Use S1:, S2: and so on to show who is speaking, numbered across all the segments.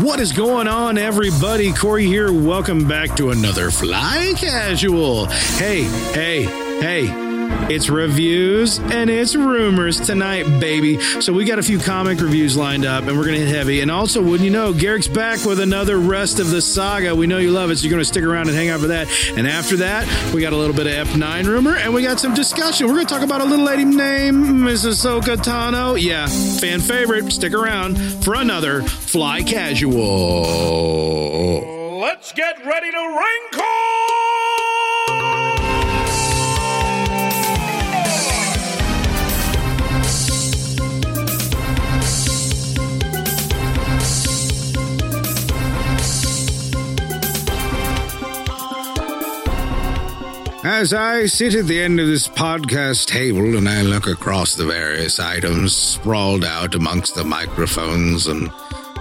S1: What is going on, everybody? Corey here. Welcome back to another Fly Casual. Hey, hey, hey. It's reviews and it's rumors tonight, baby. So we got a few comic reviews lined up, and we're gonna hit heavy. And also, wouldn't you know, Garrick's back with another rest of the saga. We know you love it, so you're gonna stick around and hang out for that. And after that, we got a little bit of F9 rumor, and we got some discussion. We're gonna talk about a little lady named Miss Ahsoka Tano. Yeah, fan favorite. Stick around for another Fly Casual.
S2: Let's get ready to wrinkle!
S1: As I sit at the end of this podcast table and I look across the various items sprawled out amongst the microphones and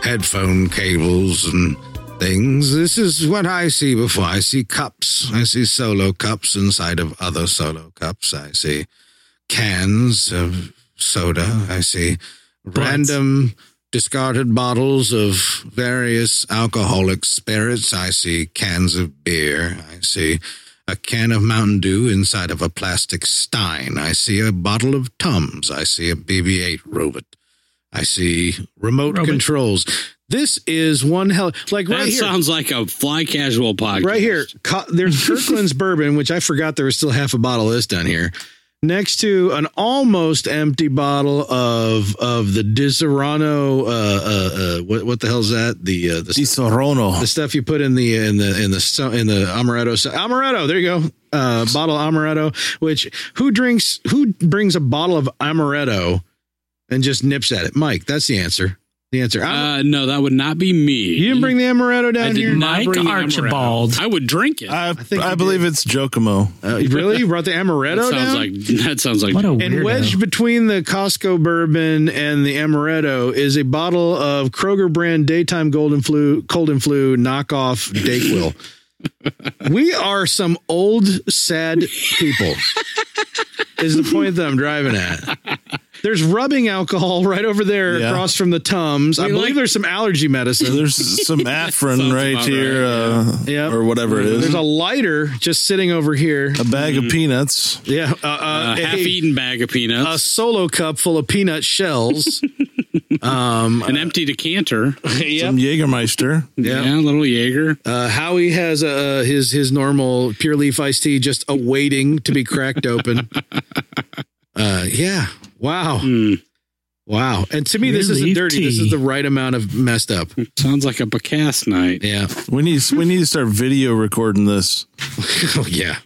S1: headphone cables and things, this is what I see before. I see cups. I see solo cups inside of other solo cups. I see cans of soda. I see random discarded bottles of various alcoholic spirits. I see cans of beer. I see a can of Mountain Dew inside of a plastic stein. I see a bottle of Tums. I see a BB 8 robot. I see remote
S3: Robot.
S1: controls. This is one hell. Like
S3: That
S1: right here.
S3: sounds like a fly casual podcast.
S1: Right here, Co- there's Kirkland's bourbon, which I forgot there was still half a bottle of this down here, next to an almost empty bottle of of the Disaronno. Uh, uh, uh, what what the hell's that? The uh, the,
S4: Di Sorono.
S1: the stuff you put in the in the in the so- in the amaretto. so- Amaretto. There you go. Uh, bottle of amaretto. Which who drinks? Who brings a bottle of amaretto and just nips at it? Mike. That's the answer. The answer. I-
S3: Uh, no, that would not be me.
S1: you didn't bring the amaretto
S3: I
S1: down
S3: did
S1: here.
S3: not
S5: Mike
S3: bring the
S5: Archibald.
S3: amaretto. I would drink it.
S4: I, I,
S1: think you
S4: believe it's Giacomo.
S1: Uh, really? You brought the
S3: that
S1: amaretto
S3: sounds
S1: down?
S3: like that sounds like
S5: What a
S1: And
S5: weirdo.
S1: wedged between the Costco bourbon and the amaretto is a bottle of Kroger brand daytime golden flu cold and flu knockoff Dayquil. we are some old sad people. is the point that I'm driving at. There's rubbing alcohol right over there
S4: Yeah.
S1: across from the Tums. I
S3: We
S1: believe
S3: like-
S1: there's some allergy medicine.
S4: There's some Afrin
S3: sounds
S4: right
S3: about
S4: here, uh,
S1: yeah. Yep.
S4: or whatever it is.
S1: There's a
S4: A,
S1: lighter just sitting over here.
S4: bag of peanuts.
S1: Yeah, uh, uh,
S3: a
S1: a-
S3: half-eaten bag of
S1: a
S3: peanuts,
S1: solo cup full of peanut shells. um,
S3: an empty decanter,
S1: yep.
S4: Some Jägermeister.
S1: Yeah.
S3: yeah, a little Jaeger.
S1: Uh, Howie has uh, his his normal pure leaf iced tea just awaiting to be cracked open. Uh, yeah. Wow.
S3: Hmm.
S1: Wow. And to me, this
S5: Pure
S1: isn't
S5: leaf
S1: dirty. This
S5: tea.
S1: is the right amount of messed up.
S3: Sounds like a Bacass night.
S1: Yeah.
S4: We need we need to start video recording this.
S1: oh, yeah.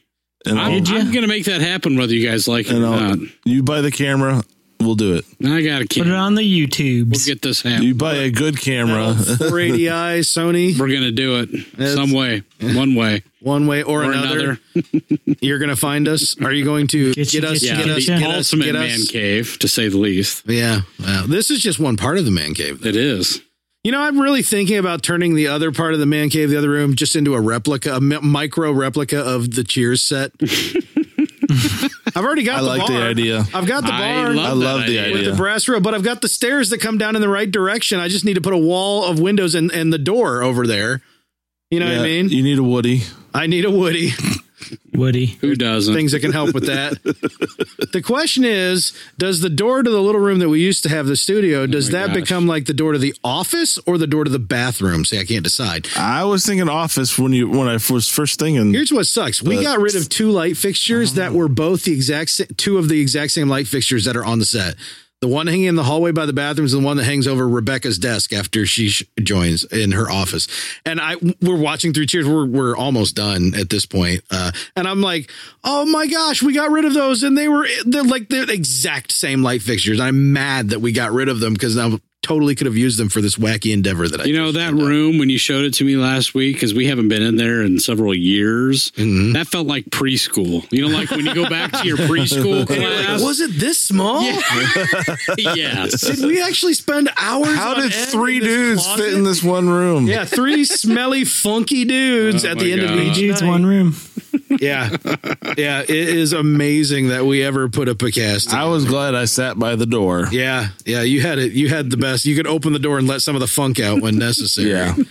S4: And,
S3: I'm,
S4: I'll-
S5: ya?
S3: I'm gonna make that happen, whether you guys like it or
S4: and I'll-
S3: not.
S4: you buy the camera, we'll do it.
S3: I got a
S5: Put it
S3: camera.
S5: on the YouTubes.
S3: We'll get this happen.
S4: You buy a good camera.
S1: 480i Sony,
S3: We're gonna do it some way, one way
S1: one way or,
S3: or
S1: another.
S3: another.
S1: You're gonna find us. Are you going to get,
S5: Get you,
S1: us?
S5: get
S3: Yeah,
S5: you,
S1: Get
S5: get
S1: us?
S3: the
S1: Get us?
S3: ultimate
S1: Get
S3: man
S1: us?
S3: cave, to say the least.
S1: Yeah. Wow. This is just one part of the man cave.
S3: It is.
S1: You know, I'm really thinking about turning the other part of the man cave, the other room, just into a replica, a mi- micro replica of the Cheers set. I've already got
S4: I
S1: the
S4: like
S1: bar.
S4: the idea.
S1: I've got the
S3: I
S1: bar
S3: love,
S4: I
S3: that
S4: love the
S3: idea.
S1: with
S4: idea.
S1: the brass rail, but I've got the stairs that come down in the right direction. I just need to put a wall of windows and, and the door over there. You know what I
S4: Yeah,
S1: mean?
S4: You need a Woody.
S1: I need a Woody,
S5: Woody.
S3: Who doesn't?
S1: things that can help with that. the question is, does the door to the little room that we used to have the
S4: Oh
S1: studio, does
S3: my
S1: that
S3: gosh.
S1: become like the door to the office or the door to the bathroom? See, I can't decide.
S4: I was thinking office when you when I was first thinking.
S1: Here's what sucks. We
S4: But-
S1: got rid of two light fixtures
S3: Oh.
S1: that were both the exact sa- two of the exact same light fixtures that are on the set. The one hanging in the hallway by the bathrooms and the one that hangs over Rebecca's desk after she sh- joins in her office. And I we're watching through cheers. We're we're almost done at this point. Uh, and I'm like, "Oh my gosh, we got rid of those and they were they're like the exact same light fixtures." I'm mad that we got rid of them cuz I totally could have used them for this wacky endeavor that I
S3: You know
S1: just
S3: that
S1: did.
S3: room when you showed it to me last week because we haven't been in there in several years.
S1: Mm-hmm.
S3: That felt like preschool. You know, like when you go back to your preschool class.
S1: was it this small?
S3: yes,
S1: Did we actually spend hours?
S4: How
S1: on
S4: did
S1: end
S4: three
S1: in this
S4: dudes
S1: closet?
S4: fit in this one room?
S1: Yeah, three smelly, funky dudes
S3: Oh
S1: at
S3: my
S1: the end of
S3: God.
S1: each
S5: Dude's
S1: night.
S5: one room.
S1: yeah, yeah. It is amazing that we ever put a podcast.
S4: I was glad I sat by the door.
S1: Yeah, yeah. You had it. You had the best. You could open the door and let some of the funk out when necessary.
S4: Yeah.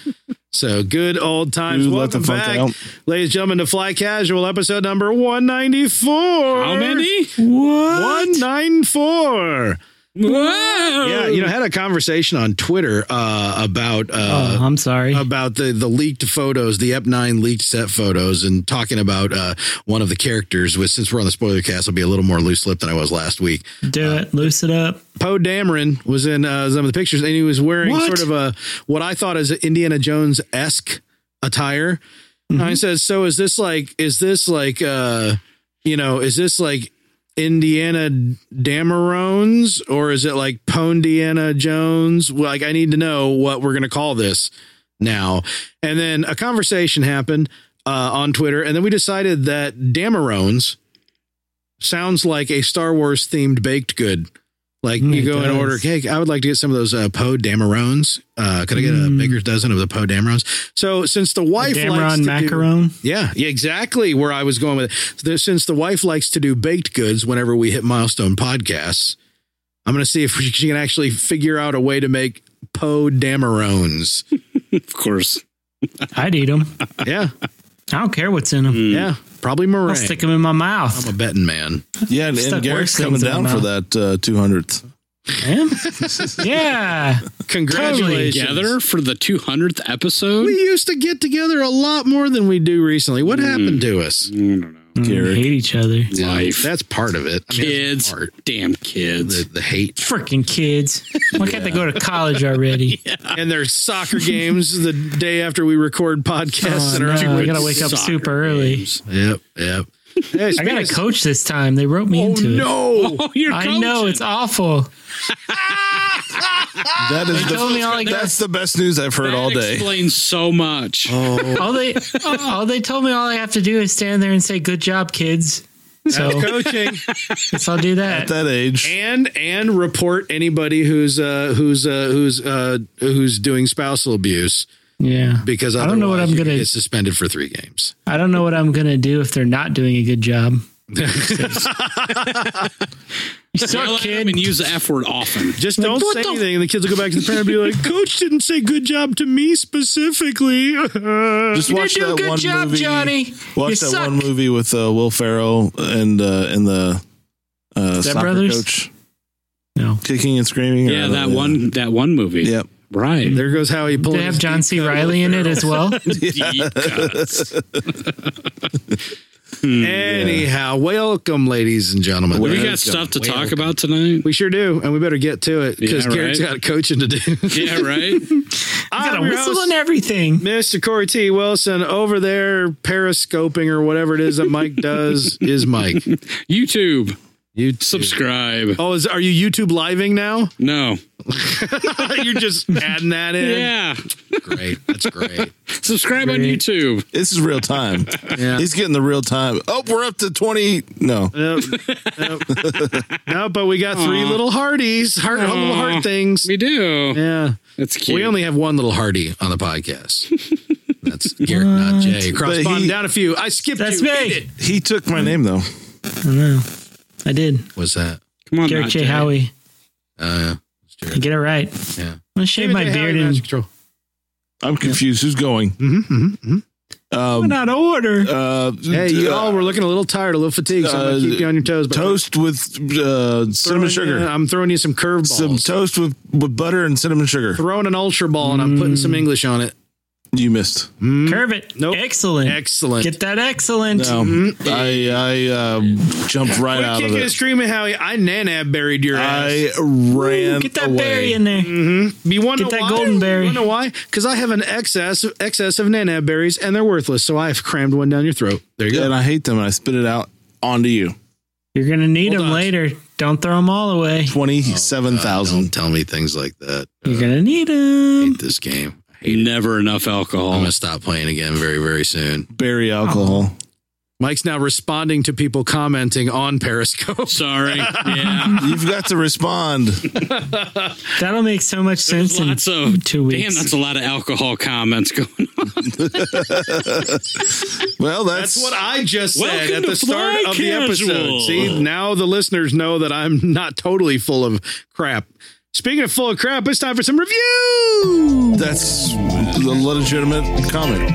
S1: So good old times.
S4: Dude, let the
S1: Welcome
S4: funk
S1: back,
S4: out.
S1: ladies and gentlemen, to Fly Casual, episode number one ninety four.
S3: How many?
S1: One nine four.
S3: Whoa!
S1: Yeah, you know, I had a conversation on Twitter uh, about uh,
S5: oh, I'm sorry.
S1: about the the leaked photos, the Ep Nine leaked set photos, and talking about uh, one of the characters. Which, since we're on the spoiler cast, I'll be a little more loose lipped than I was last week.
S5: Do it. Loose it up.
S1: Poe Dameron was in uh, some of the pictures, and he was wearing
S4: What?
S1: sort of a what I thought is Indiana Jones esque attire. And I said, "So is this like is this like uh you know is this like Indiana Dameron's or is it like Pondiana Jones? Well, like I need to know what we're gonna call this now." And then a conversation happened uh, on Twitter, and then we decided that Dameron's sounds like a Star Wars themed baked good. Like
S5: Mm,
S1: you
S5: it
S1: go and
S5: does.
S1: order cake. I would like to get some of those uh, Poe Dameron's. Uh, could I get a
S5: Mm.
S1: baker's dozen of the Poe Dameron's? So since the wife likes to
S5: Dameron
S1: do-
S5: macaron.
S1: yeah, yeah, exactly where I was going with it. So since the wife likes to do baked goods whenever we hit milestone podcasts, I'm going to see if she can actually figure out a way to make Poe Dameron's.
S3: Of course.
S5: I'd eat them.
S1: Yeah,
S5: I don't care what's in them.
S1: yeah, probably
S5: I'll
S1: meringue.
S5: stick them in my mouth.
S1: Mm, I'm a betting man.
S4: Yeah, and, and
S5: Stuck
S4: Garrett's
S5: worse
S4: coming
S5: things in
S4: down
S5: my
S4: for
S5: mouth.
S4: that uh, 200th.
S5: Man. yeah.
S1: Congratulations.
S3: Together for the 200th episode?
S1: We used to get together a lot more than we do recently. What happened to us?
S3: I don't know.
S5: Mm,
S4: Garrett.
S5: hate each other.
S3: Life.
S1: That's part of it. I mean, that's
S3: kids.
S1: part.
S3: Damn kids.
S1: The, the hate
S5: Freaking kids. Why can't they go to college already?
S1: and their soccer games the day after we record podcasts
S5: Oh,
S1: and are
S5: no, I
S1: out.
S5: gotta wake up
S3: Soccer
S5: super early.
S3: games.
S1: Yep, yep. Hey,
S5: I
S1: speaking
S5: got
S1: of-
S5: a coach this time. They wrote me
S1: Oh
S5: into it.
S1: no!
S3: Oh, you're
S5: I know
S3: coaching.
S5: it's awful.
S4: That is
S5: told me all I
S4: the,
S5: got.
S4: that's the best news I've heard
S3: That
S4: all day.
S3: explains so much.
S1: Oh.
S5: All they all they told me all I have to do is stand there and say good job kids. So
S1: coaching
S5: guess I'll do that.
S4: At that age,
S1: and and report anybody who's uh who's uh who's uh who's doing spousal abuse
S5: Yeah.
S1: because
S5: I don't know what
S1: otherwise
S5: I'm
S1: you could
S5: gonna-
S1: get suspended for three games.
S5: I don't know what I'm gonna do if they're not doing a good job. you
S3: Yell at
S5: suck,
S3: 'em
S5: kid.
S3: and use the F word often.
S1: Just don't
S5: what
S1: say
S5: the-
S1: anything, and the kids will go back to the parent and be like, "Coach didn't say good job to me specifically."
S4: just watch
S5: you did do a
S4: that
S5: good
S4: one
S5: job,
S4: movie.
S5: Johnny.
S4: Watch
S5: You
S4: that
S5: suck.
S4: one movie with uh, Will Ferrell and uh, and the uh,
S5: Step
S4: soccer
S5: Brothers?
S4: coach
S5: No.
S4: kicking and screaming.
S3: Yeah,
S4: or-
S3: that one that one movie.
S4: Yep.
S3: Right.
S1: there goes Howie
S5: They
S1: pulling.
S5: have
S1: his
S5: John C. Riley in it as well.
S3: Deep cuts.
S1: Anyhow, welcome, ladies and gentlemen.
S3: We
S4: Where
S3: got
S4: it's
S3: stuff to
S1: going.
S3: talk about tonight.
S1: We sure do, and we better get to it because
S3: Yeah,
S1: Garrett's
S3: right.
S1: got coaching to do.
S3: Yeah, right.
S1: I'm
S5: Got a
S1: your
S5: whistle
S1: host,
S5: and everything.
S1: Mr. Corey T. Wilson over there periscoping or whatever it is that Mike does is Mike.
S3: YouTube,
S1: You
S3: subscribe.
S1: Oh, is are you YouTube living now?
S3: No.
S1: You're just adding that in.
S3: Yeah.
S1: Great. That's great.
S3: Subscribe on YouTube.
S4: This is real time.
S1: Yeah.
S4: He's getting the real time. Oh, we're up to twenty. No,
S1: Nope. Nope. no, but we got three little hearties, heart little heart things.
S3: We do.
S1: Yeah.
S3: That's cute.
S1: We only have one little Hardy on the podcast. That's Garrett, not Jay. Cross
S4: But
S1: bottom
S4: he-
S1: down a few. I skipped
S5: That's
S1: you.
S5: me.
S1: Eat it.
S4: he took my name though.
S5: I know. I did.
S1: What's that?
S3: Come on,
S5: Garrett
S3: Matt
S5: J.
S3: J.
S5: Howie.
S1: Uh,
S5: You get it right.
S1: yeah.
S5: I'm gonna shave my beard and
S1: control.
S4: I'm confused. Who's going? Um,
S5: not order.
S4: uh,
S1: Hey, you all
S4: uh,
S1: were looking a little tired, a little fatigued, so I'm gonna
S4: uh,
S1: keep you on your toes. but-
S4: toast with uh, cinnamon
S1: throwing
S4: sugar.
S1: you- I'm throwing you some curveballs.
S4: Some toast with, with butter and cinnamon sugar.
S1: throwing an ultra ball, and I'm putting some English on it.
S4: You missed.
S5: Curve it.
S1: Mm. Nope.
S5: Excellent.
S1: Excellent.
S5: Get that excellent.
S4: No, I I uh, jumped right out of
S1: Kicking and
S4: it.
S1: screaming, Howie. I nanab buried your ass.
S4: I ran
S5: Get that
S4: away.
S5: berry in there.
S1: Mm. you want
S5: get that golden berry.
S1: You know why? Because I have an excess excess of nanab berries, and they're worthless. So I've crammed one down your throat. There you go.
S4: and I hate them, and I spit it out onto you.
S5: You're gonna need
S1: Hold
S5: them
S1: on.
S5: later. Don't throw them all away.
S4: Twenty-seven thousand.
S1: tell me things like that.
S5: You're gonna need them.
S1: this game. I
S3: Never enough alcohol.
S1: stop playing again very very soon.
S4: berry alcohol.
S1: Mike's now responding to people commenting on Periscope.
S3: Sorry. Yeah.
S4: You've got to respond.
S5: That'll make so much sense
S3: There's
S5: in
S3: lots of
S5: two
S3: Damn,
S5: weeks.
S3: that's a lot of alcohol comments going on.
S4: Well, that's,
S1: That's what I just said
S3: Welcome
S1: at
S3: to
S1: the start
S3: Fly
S1: of the
S3: Casual.
S1: episode. See, now the listeners know that I'm not totally full of crap. Speaking of full of crap, it's time for some review.
S4: that's a legitimate comment.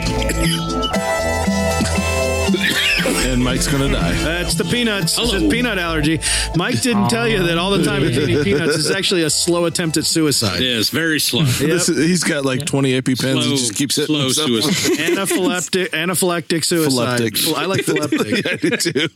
S4: and Mike's gonna die.
S1: That's the peanuts. It's
S3: Hello.
S1: a peanut allergy. Mike didn't tell you that all the time he's eating peanuts is actually a slow attempt at suicide.
S3: It is very slow.
S4: This, he's got like 20 EpiPens
S3: Slow,
S4: and just keeps hitting
S3: slow
S4: himself.
S3: suicide.
S1: Anaphylactic, anaphylactic suicide.
S4: Phylactic.
S1: Well, I like phylactic.
S4: I do too.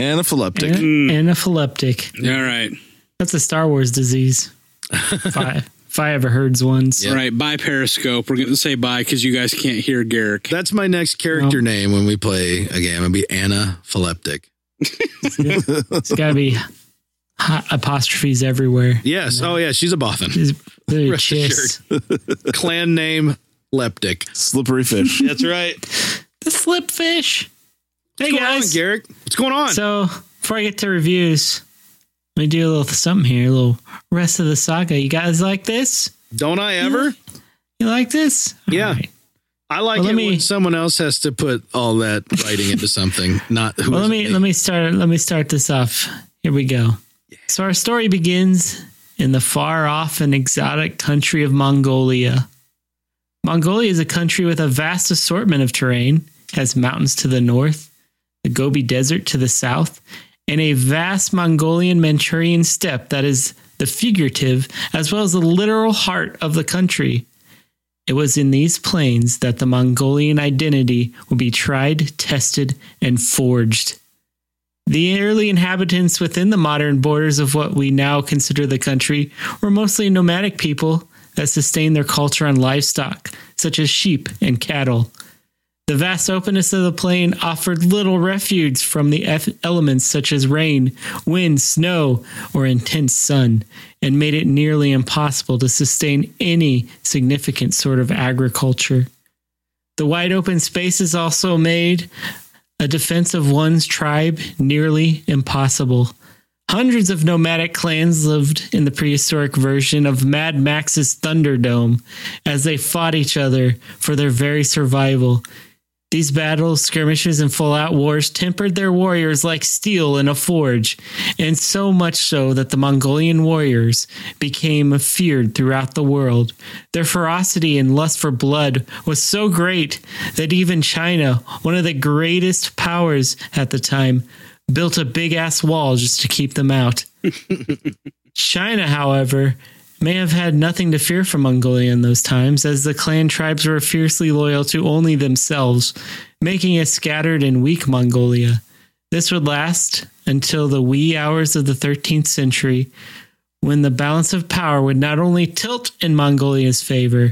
S4: Anaphylactic.
S5: An- Anaphyleptic.
S3: All right.
S5: That's a Star Wars disease. If I, if I ever heard ones.
S3: All right. Bye, Periscope. We're going to say bye because you guys can't hear Garrick.
S1: That's my next character name when we play a game. It'll be anaphylectic.
S5: It's got to be hot apostrophes everywhere.
S1: Yes. Oh, yeah. She's a boffin.
S5: Is- they're
S1: Rest
S5: chiss.
S1: Clan name leptic.
S4: Slippery fish.
S1: That's right.
S5: The slip fish.
S1: What's
S5: Hey,
S1: going on,
S5: guys.
S1: Garrick? What's going on?
S5: So before I get to reviews, let me do a little something here, a little rest of the saga. You guys like this?
S1: Don't I ever?
S5: You like this?
S1: Yeah.
S5: All right.
S1: I like
S5: Mm. Well,
S1: it
S5: let me-
S1: when someone else has to put all that writing into something. Not who.
S5: Well,
S1: is
S5: let me let me start let me start this off. Here we go. So our story begins in the far off and exotic country of Mongolia. Mongolia is a country with a vast assortment of terrain. It has mountains to the north, the Gobi Desert to the south, and a vast Mongolian Manchurian steppe that is the figurative as well as the literal heart of the country. It was in these plains that the Mongolian identity would be tried, tested, and forged. The early inhabitants within the modern borders of what we now consider the country were mostly nomadic people that sustained their culture on livestock, such as sheep and cattle. The vast openness of the plain offered little refuge from the eff- elements such as rain, wind, snow, or intense sun, and made it nearly impossible to sustain any significant sort of agriculture. The wide open spaces also made a defense of one's tribe nearly impossible. Hundreds of nomadic clans lived in the prehistoric version of Mad Max's Thunderdome as they fought each other for their very survival. These battles, skirmishes, and full out wars tempered their warriors like steel in a forge, and so much so that the Mongolian warriors became feared throughout the world. Their ferocity and lust for blood was so great that even China, one of the greatest powers at the time, built a big ass wall just to keep them out. China, however, may have had nothing to fear from Mongolia in those times, as the clan tribes were fiercely loyal to only themselves, making a scattered and weak Mongolia. This would last until the wee hours of the 13th century, when the balance of power would not only tilt in Mongolia's favor,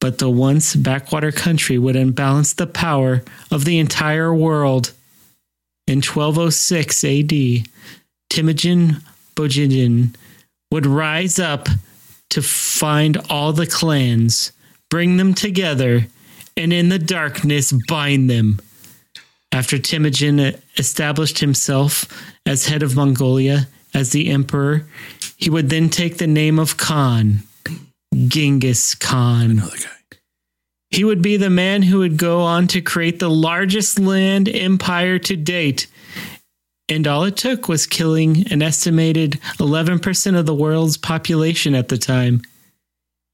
S5: but the once backwater country would imbalance the power of the entire world. In 1206 AD, Timujin Bojigin would rise up to find all the clans, bring them together, and in the darkness bind them. After Timujin established himself as head of Mongolia, as the emperor, he would then take the name of Khan, Genghis Khan. He would be the man who would go on to create the largest land empire to date. And all it took was killing an estimated 11% of the world's population at the time.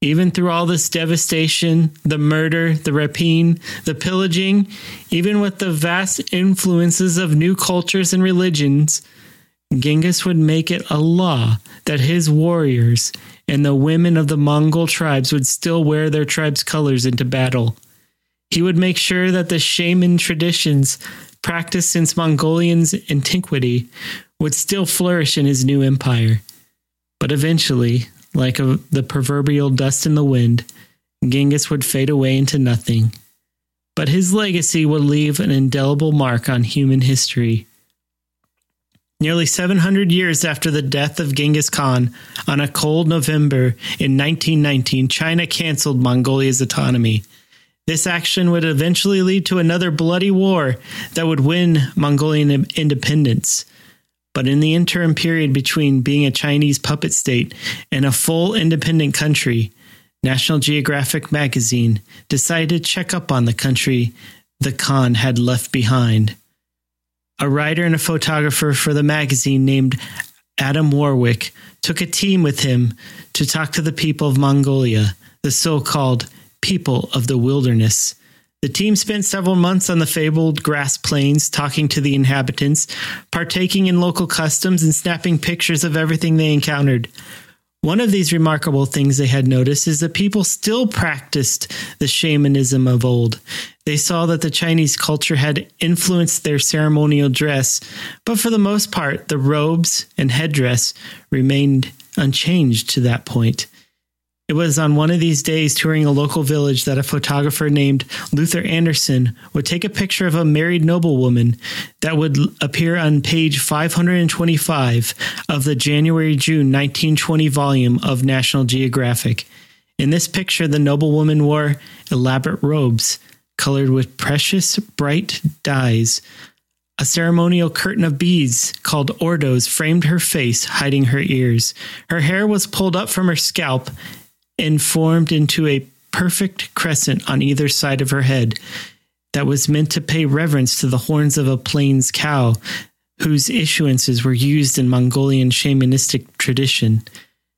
S5: Even through all this devastation, the murder, the rapine, the pillaging, even with the vast influences of new cultures and religions, Genghis would make it a law that his warriors and the women of the Mongol tribes would still wear their tribe's colors into battle. He would make sure that the shaman traditions practiced since Mongolians' antiquity would still flourish in his new empire. But eventually, like a, the proverbial dust in the wind, Genghis would fade away into nothing. But his legacy would leave an indelible mark on human history. Nearly 700 years after the death of Genghis Khan, on a cold November in 1919, China canceled Mongolia's autonomy. This action would eventually lead to another bloody war that would win Mongolian in- independence. But in the interim period between being a Chinese puppet state and a full independent country, National Geographic magazine decided to check up on the country the Khan had left behind. A writer and a photographer for the magazine named Adam Warwick took a team with him to talk to the people of Mongolia, the so called people of the wilderness. The team spent several months on the fabled grass plains, talking to the inhabitants, partaking in local customs, and snapping pictures of everything they encountered. One of these remarkable things they had noticed is that people still practiced the shamanism of old. They saw that the Chinese culture had influenced their ceremonial dress, but for the most part, the robes and headdress remained unchanged to that point. It was on one of these days touring a local village that a photographer named Luther Anderson would take a picture of a married noblewoman that would l- appear on page 525 of the January June 1920 volume of National Geographic. In this picture, the noblewoman wore elaborate robes colored with precious bright dyes. A ceremonial curtain of beads called ordos framed her face, hiding her ears. Her hair was pulled up from her scalp and formed into a perfect crescent on either side of her head that was meant to pay reverence to the horns of a plains cow whose issuances were used in Mongolian shamanistic tradition.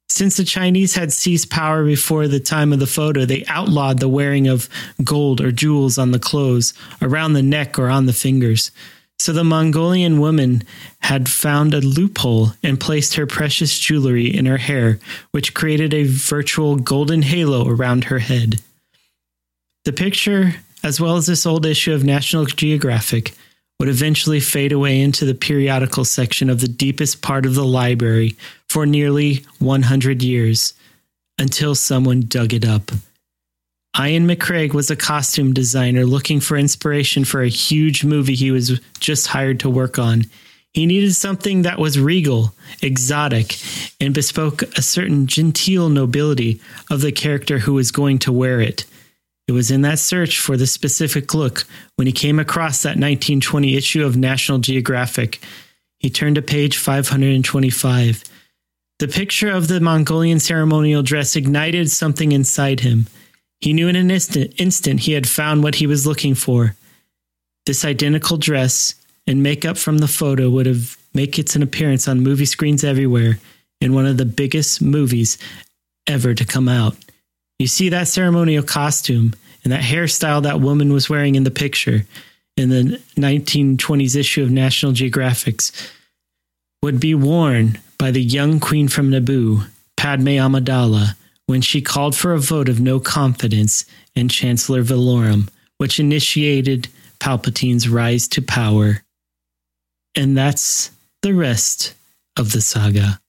S5: Since the Chinese had seized power before the time of the photo, they outlawed the wearing of gold or jewels on the clothes, around the neck, or on the fingers. So the Mongolian woman had found a loophole and placed her precious jewelry in her hair, which created a virtual golden halo around her head. The picture, as well as this old issue of National Geographic, would eventually fade away into the periodical section of the deepest part of the library for nearly 100 years until someone dug it up. Ian McCraig was a costume designer looking for inspiration for a huge movie he was just hired to work on. He needed something that was regal, exotic, and bespoke a certain genteel nobility of the character who was going to wear it. It was in that search for the specific look when he came across that 1920 issue of National Geographic. He turned to page 525. The picture of the Mongolian ceremonial dress ignited something inside him. He knew in an instant, instant he had found what he was looking for. This identical dress and makeup from the photo would have make its an appearance on movie screens everywhere in one of the biggest movies ever to come out. You see that ceremonial costume and that hairstyle that woman was wearing in the picture in the 1920s issue of National Geographic's would be worn by the young queen from Naboo, Padme Amidala, when she called for a vote of no confidence in Chancellor Valorum, which initiated Palpatine's rise to power. And that's the rest of the saga.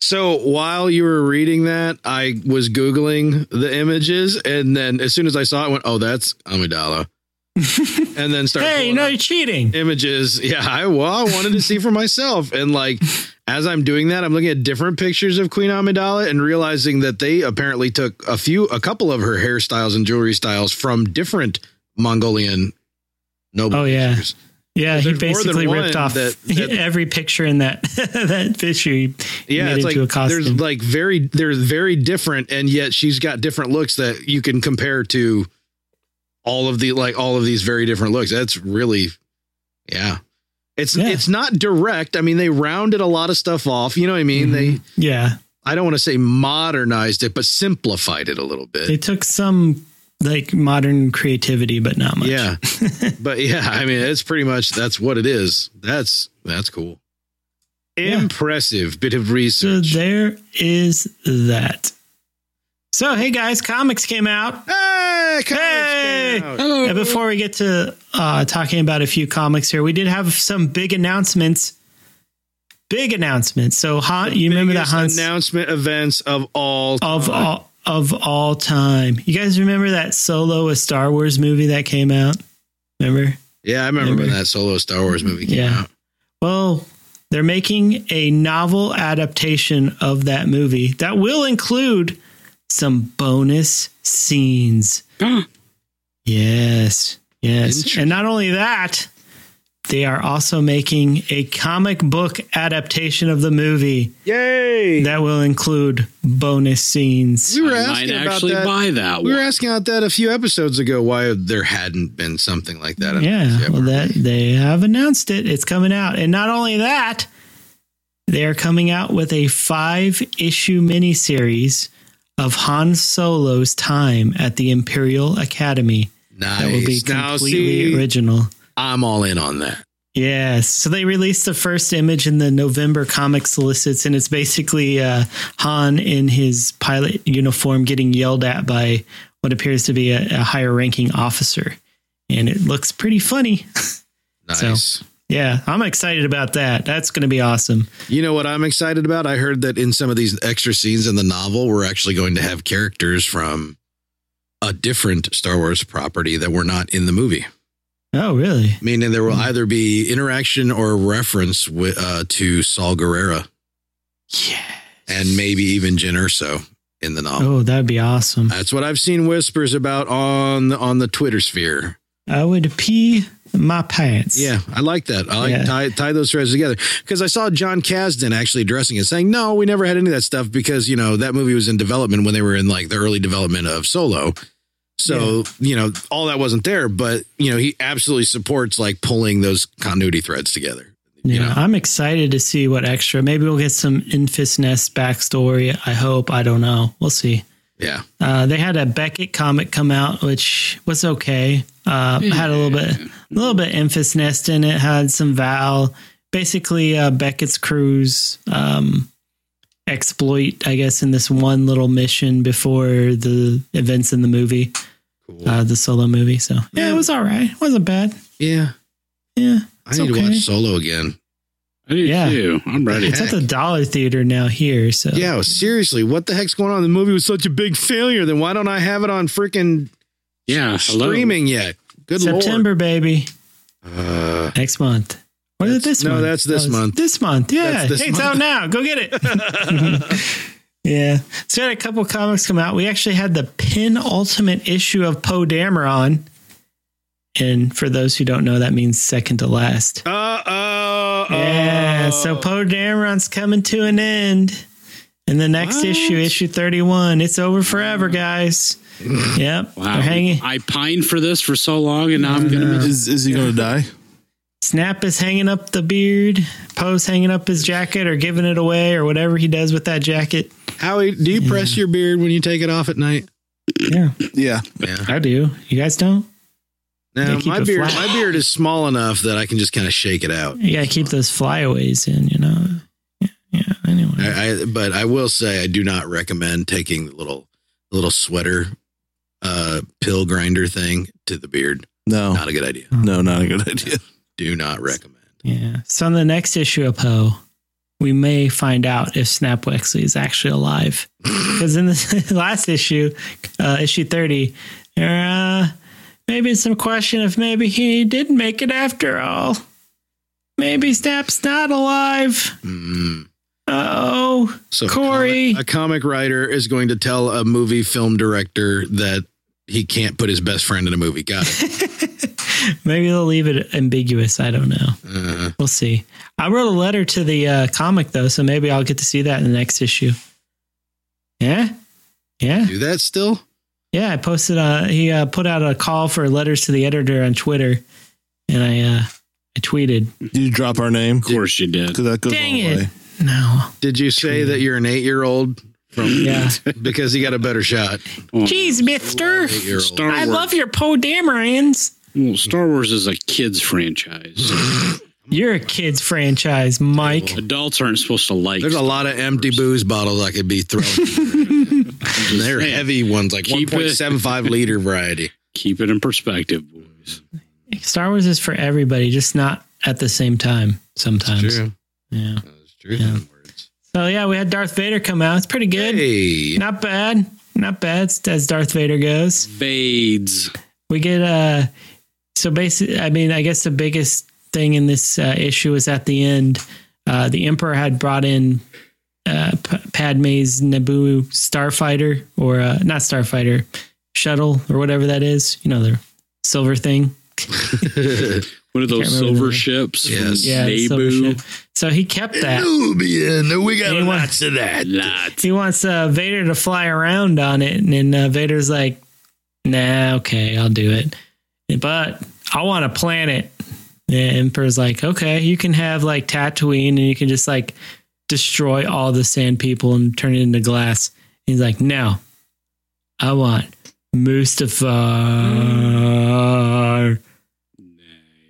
S1: So while you were reading that, I was Googling the images. And then as soon as I saw it, I went, oh, that's Amidala. and then started.
S5: Hey,
S1: pulling
S5: no,
S1: up
S5: you're cheating.
S1: Images, yeah. I well, I wanted to see for myself, and like as I'm doing that, I'm looking at different pictures of Queen Amidala and realizing that they apparently took a few, a couple of her hairstyles and jewelry styles from different Mongolian noble.
S5: Oh, yeah.
S1: pictures.
S5: Yeah,
S1: there's
S5: he
S1: more than
S5: basically
S1: one
S5: ripped off
S1: that- that-
S5: every picture in that that issue. He
S1: yeah
S5: made
S1: it's
S5: into a
S1: like there's
S5: costume.
S1: like very they're very different and yet she's got different looks that you can compare to all of the like all of these very different looks that's really yeah it's
S5: Yeah.
S1: it's not direct i mean they rounded a lot of stuff off you know what i mean they
S5: yeah,
S1: i don't want to say modernized it but simplified it a little bit
S5: they took some like modern creativity, but not much.
S1: yeah but yeah i mean it's pretty much that's what it is that's that's cool
S5: Yeah.
S1: impressive bit of
S5: So
S1: research
S5: there is that. So hey guys, comics came out.
S1: hey, Oh, comics
S5: Hey!
S1: came out.
S5: And before we get to uh, talking about a few comics here, we did have some big announcements. Big announcements. So Han, you remember that
S1: biggest
S5: Hans
S1: announcement events of all
S5: of
S1: time.
S5: all of all time. You guys remember that Solo, a Star Wars movie that came out? Remember?
S1: yeah i remember when
S5: Remember?
S1: that solo star wars movie came
S5: Yeah.
S1: out
S5: Well, they're making a novel adaptation of that movie that will include some bonus scenes. Yes. Yes. And not only that, they are also making a comic book adaptation of the movie
S1: Yay!
S5: that will include bonus scenes.
S1: We were
S3: I might
S1: asking about
S3: actually
S1: that.
S3: buy that
S1: we were
S3: one.
S1: asking about that a few episodes ago. Why there hadn't been something like that?
S5: Yeah, well, that they have announced it. It's coming out, and not only that, they are coming out with a five-issue miniseries of Han Solo's time at the Imperial Academy.
S1: nice.
S5: That will be
S1: now
S5: completely
S1: see,
S5: original.
S1: I'm all in on that.
S5: Yes. So they released the first image in the November comic solicits, and it's basically uh, Han in his pilot uniform getting yelled at by what appears to be a, a higher ranking officer. And it looks pretty funny.
S1: Nice.
S5: yeah, I'm excited about that. That's going to be awesome.
S1: You know what I'm excited about? I heard that in some of these extra scenes in the novel, we're actually going to have characters from a different Star Wars property that were not in the movie.
S5: Oh, really?
S1: Meaning there will either be interaction or reference with, uh, to Saul Guerrera
S5: Yeah.
S1: and maybe even Jyn Erso in the novel.
S5: Oh, that'd be awesome.
S1: That's what I've seen whispers about on the, on the Twitter sphere.
S5: I would pee my pants.
S1: Yeah, I like that. I like
S5: Yeah.
S1: tie tie those threads together because I saw John Kasdan actually addressing it, saying, "No, we never had any of that stuff because you know that movie was in development when they were in like the early development of Solo." So you know all that wasn't there, but you know he absolutely supports like pulling those continuity threads together.
S5: Yeah,
S1: You know.
S5: I'm excited to see what extra. Maybe we'll get some Infus Nest backstory. I hope. I don't know. We'll see.
S1: Yeah,
S5: Uh, they had a Beckett comic come out, which was okay. Uh, Had a little bit, a little bit Infus Nest in it. Had some Val, basically uh, Beckett's crew's um, exploit, I guess, in this one little mission before the events in the movie,
S1: cool.
S5: uh, the solo movie. So yeah, it was all right. It wasn't bad.
S1: yeah,
S5: Yeah,
S1: I
S5: it's
S1: need
S5: okay.
S1: to watch Solo again.
S3: I do
S5: Yeah.
S3: too. I'm ready.
S5: It's at the Dollar Theater now here. So
S1: Yeah, seriously, what the heck's going on? The movie was such a big failure. Then why don't I have it on freaking
S3: Yeah, hello.
S1: streaming yet? Good
S5: September, baby.
S1: lord. Uh,
S5: Next month. Or is it
S1: That's-
S5: this
S1: no,
S5: month?
S1: that's this
S5: it's
S1: month.
S5: This month. Yeah.
S1: That's this
S5: hey, it's
S1: month.
S5: out now. Go get it. yeah. So we had a couple comics come out. We actually had the penultimate issue of Poe Dameron. And for those who don't know, that means second to last.
S1: Uh oh.
S5: Yeah. So Poe Dameron's coming to an end. And the next issue, issue 31, it's over forever, guys. Yep.
S3: Wow.
S5: They're hanging.
S3: I pined for this for so long, and now I'm gonna miss
S4: Is is he gonna die?
S5: Snap is hanging up the beard. Poe's hanging up his jacket or giving it away or whatever he does with that jacket.
S1: Howie, do you press your beard when you take it off at night?
S5: Yeah,
S4: Yeah.
S5: I do. You guys don't? They
S1: No,
S5: keep
S1: my
S5: it
S1: beard,
S5: flat.
S1: my beard is small enough that I can just kind of shake it out.
S5: You gotta keep those flyaways in, you know? Yeah, yeah anyway.
S1: I, I, but I will say I do not recommend taking the little the little sweater uh, pill grinder thing to the beard.
S4: No.
S1: Not a good idea.
S4: No, not a good idea.
S1: Do not recommend.
S5: Yeah. So on the next issue of Poe, we may find out if Snap Wexley is actually alive. Because in the last issue, uh, issue 30, there, uh, maybe it's some question if maybe he didn't make it after all. Maybe Snap's not alive.
S1: Mm.
S5: oh.
S1: So a
S5: Corey.
S1: comic- a comic writer is going to tell a movie film director that he can't put his best friend in a movie. Got it.
S5: Maybe they'll leave it ambiguous. I don't know.
S1: Uh,
S5: We'll see. I wrote a letter to the uh, comic though, so maybe I'll get to see that in the next issue. Yeah, yeah,
S1: do that still?
S5: yeah. I posted. Uh, he uh, put out a call for letters to the editor on Twitter, and I uh, I tweeted.
S4: Did you drop our name?
S3: Of course you did.
S4: Because that goes
S5: Dang
S4: a long
S5: it.
S4: way.
S5: No,
S1: Did you say that you're an eight year old from
S5: yeah.
S1: because he got a better shot?
S3: Oh,
S5: Jeez, Mister,
S1: Eight year old.
S3: Star
S5: I
S3: Wars.
S5: love your Poe Damerons.
S3: Well, Star Wars is a kids franchise.
S5: You're a kids franchise, Mike.
S3: Adults aren't supposed to like.
S1: There's a lot of empty booze bottles I could be throwing. And They're
S3: saying.
S1: heavy ones, like
S3: Keep it-
S1: 1.75 liter variety.
S3: Keep it in perspective, boys.
S5: Star Wars is for everybody, just not at the same time. Sometimes, yeah.
S1: That's true.
S5: Yeah. So yeah, we had Darth Vader come out. It's pretty good.
S1: Hey,
S5: Not bad. Not bad as Darth Vader goes.
S3: Fades.
S5: We get uh so basically I mean, I guess the biggest thing in this uh, issue is at the end uh the emperor had brought in uh, P- Padme's Naboo starfighter or uh, not starfighter shuttle or whatever that is. You know, the silver thing.
S3: One of those
S5: Can't remember the
S3: silver
S5: name.
S3: ships.
S6: Yes.
S5: Yeah, the silver
S3: Nabu.
S5: ship. So he kept that.
S6: Nubian. We got
S5: Anyone-
S6: lots of that.
S5: He wants uh, Vader to fly around on it, and then uh, Vader's like, "Nah, okay, I'll do it, but I want a planet." The Emperor's like, "Okay, you can have like Tatooine, and you can just like destroy all the sand people and turn it into glass." He's like, "No, I want Mustafar."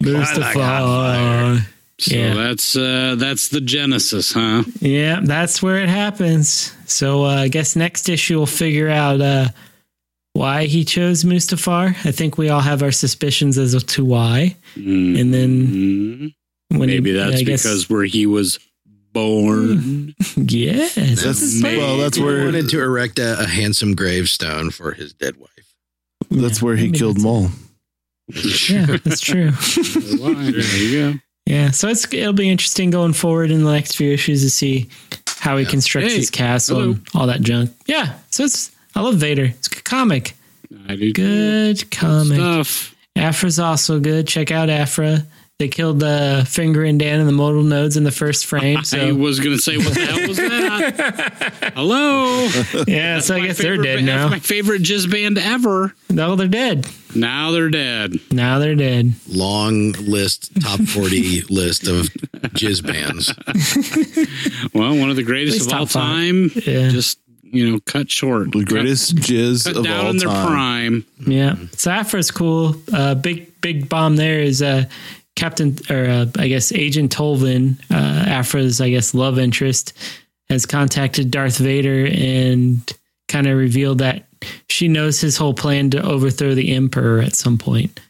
S5: Mustafar.
S3: So
S5: Yeah.
S3: that's uh, that's the genesis, huh?
S5: Yeah, that's where it happens. So uh, I guess next issue we'll figure out uh, why he chose Mustafar. I think we all have our suspicions as to why. And then
S3: Mm.
S5: when he-
S3: Maybe that's
S5: I guess-
S3: because where he was born.
S5: yes,
S4: That's well. That's
S1: He
S4: where
S1: wanted to erect a, a handsome gravestone for his dead wife.
S4: that's where he
S5: Maybe
S4: killed
S5: that's-
S4: Maul.
S5: Yeah, that's true.
S3: there you go.
S5: yeah, so it's it'll be interesting going forward in the next few issues to see how he constructs
S3: Hey,
S5: his castle
S3: hello.
S5: and all that junk. Yeah, so it's I love Vader. It's a good comic.
S3: I do
S5: Good comic.
S3: stuff.
S5: Afra's also good. Check out Afra. They killed the finger and Dan and the modal nodes in the first frame.
S3: I
S5: So
S3: was gonna say, what the hell was that? Hello.
S5: yeah, so I
S3: My
S5: guess they're
S3: favorite-
S5: dead
S3: that's
S5: now.
S3: My favorite jizz band ever.
S5: No, they're dead.
S3: Now they're dead.
S5: Now they're dead.
S6: Long list, top 40 list of jizz bands.
S3: Well, one of the greatest
S5: least
S3: of all
S5: top five.
S3: time.
S5: Yeah.
S3: Just you know, cut short.
S4: The greatest jizz
S3: Cut, cut
S4: of
S3: down
S4: all
S3: in their
S4: time.
S3: prime.
S5: Yeah. So Afra's cool. Uh, big big bomb there is uh, Captain or uh, I guess Agent Tolvin, uh, Afra's I guess love interest, has contacted Darth Vader and kind of revealed that she knows his whole plan to overthrow the Emperor at some point.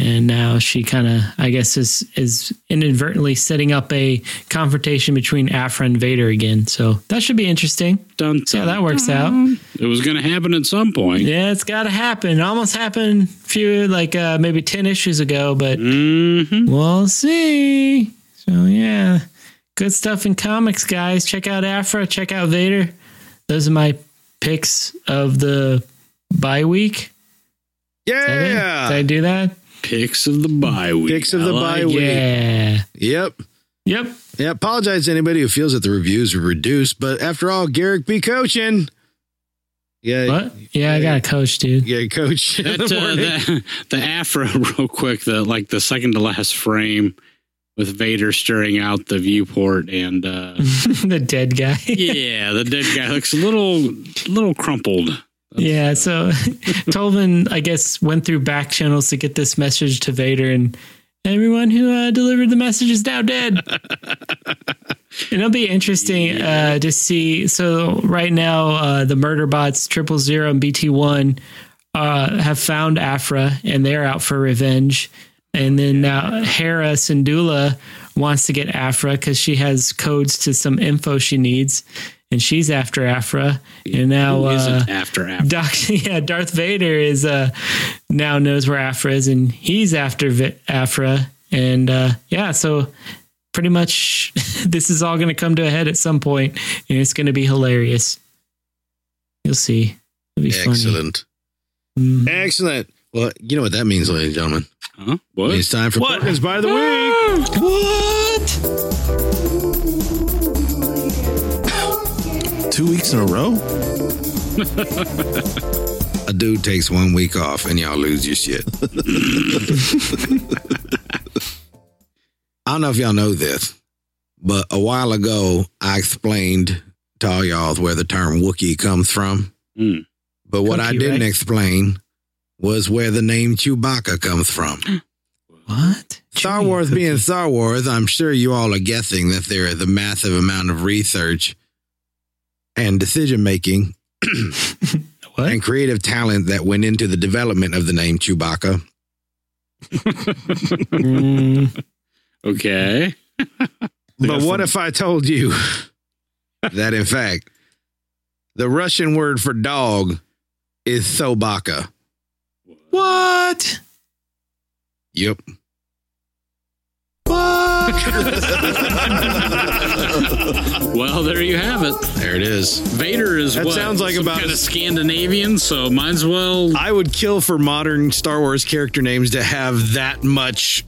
S5: And now she kind of I guess is is inadvertently setting up a confrontation between Afra and Vader again. So that should be interesting.
S3: Done.
S5: See how that works out.
S3: It was going to happen at some point.
S5: Yeah, it's got to happen. It almost happened a few, like uh, maybe 10 issues ago, but
S3: hmm
S1: Mm-hmm.
S5: we'll see. So, yeah, good stuff in comics, guys. Check out Afra, check out Vader. Those are my picks of the bye week. Is that it? Did I
S1: Yeah.
S5: do that?
S3: Picks of the bye week.
S1: Picks of
S3: I
S1: the
S3: like
S1: bye week.
S5: Yeah.
S1: Yep.
S5: Yep.
S1: Yeah. Apologize to anybody who feels that the reviews were reduced, but after all, Garrick be coaching. Yeah.
S5: What? Yeah, I got a coach, dude.
S1: Yeah, coach. in
S3: That,
S1: the
S3: uh,
S1: morning.
S3: the, the Afro, real quick, the like the second to last frame with Vader staring out the viewport, and uh,
S5: the dead guy.
S3: yeah, the dead guy looks a little, little crumpled.
S5: Yeah, so Tolvin, I guess, went through back channels to get this message to Vader, and everyone who uh, delivered the message is now dead. It'll be interesting uh, to see. So right now, uh, the murder bots Triple Zero and BT One uh, have found Afra, and they're out for revenge. And then now Hera Syndulla wants to get Afra because she has codes to some info she needs, and she's after Afra. And now
S3: Who
S5: uh,
S3: isn't after Afro?
S5: Doc, yeah, Darth Vader is uh now knows where Afra is, and he's after v- Afra, and uh, yeah, so pretty much this is all going to come to a head at some point, and it's going to be hilarious. You'll see. It'll be funny.
S6: Excellent.
S5: Mm.
S1: Excellent. Well, you know what that means, ladies and gentlemen.
S3: Huh? What?
S1: It's time for
S5: What?
S1: Perkins by the week.
S5: What?
S4: Two weeks in a row.
S6: A dude takes one week off and y'all lose your shit. I don't know if y'all know this, but a while ago I explained to all y'all where the term Wookiee comes from.
S3: Mm.
S6: But what I
S5: Cookie,
S6: didn't
S5: right?
S6: explain was where the name Chewbacca comes from.
S5: What?
S6: Star Wars being Star Wars, I'm sure you all are guessing that there is a massive amount of research and decision making
S5: What?
S6: and creative talent that went into the development of the name Chewbacca.
S5: Mm.
S3: Okay.
S1: But what if I told you
S6: that, in fact, the Russian word for dog is Sobaka.
S5: what?
S6: Yep.
S5: What?
S3: Well, there you have it.
S6: There it is.
S3: Vader is
S1: That
S3: what?
S1: sounds like
S3: Some
S1: about
S3: kind of
S1: as-
S3: Scandinavian, so might as well.
S1: I would kill for modern Star Wars character names to have that much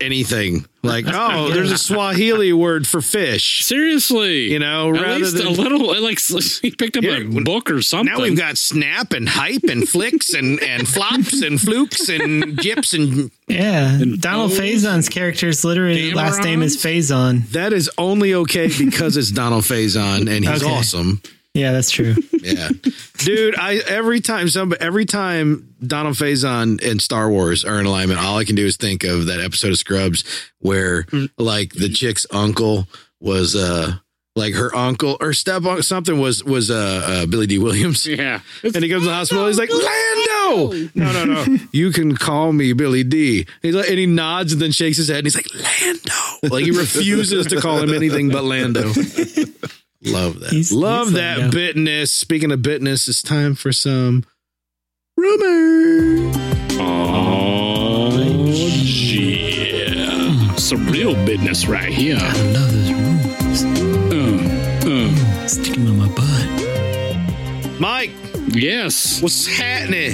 S1: anything. Like, oh, there's a Swahili word for fish.
S3: Seriously,
S1: You know,
S3: at
S1: rather
S3: least
S1: than-
S3: a little. Like he picked up
S1: Yeah,
S3: a book or something.
S1: Now we've got snap and hype and flicks and, and flops and flukes and gips and
S5: Yeah. Donald
S3: those-
S5: Faison's character's literally last name is Faison.
S1: that is only okay because it's Donald Faison and he's
S5: Okay.
S1: awesome.
S5: Yeah, that's true.
S6: Yeah.
S1: Dude, I every time some every time Donald Faison and Star Wars are in alignment, all I can do is think of that episode of Scrubs where like the chick's uncle was uh like her uncle or step uncle something was was uh, uh Billy D. Williams.
S3: Yeah,
S1: And he goes to the hospital. He's like, Lando. No, no, no. you can call me Billy D. He's like, and he nods and then shakes his head. And he's like, Lando. Like he refuses to call him anything but Lando. Love that.
S5: He's-
S1: Love
S5: he's
S1: that
S5: Lando.
S1: bitness. Speaking of bitness, it's time for some rumor.
S3: Oh, yeah, some real business right here.
S5: No, there's rules.
S3: Uh, uh,
S5: Sticking on my butt.
S1: Mike,
S3: yes.
S1: what's happening?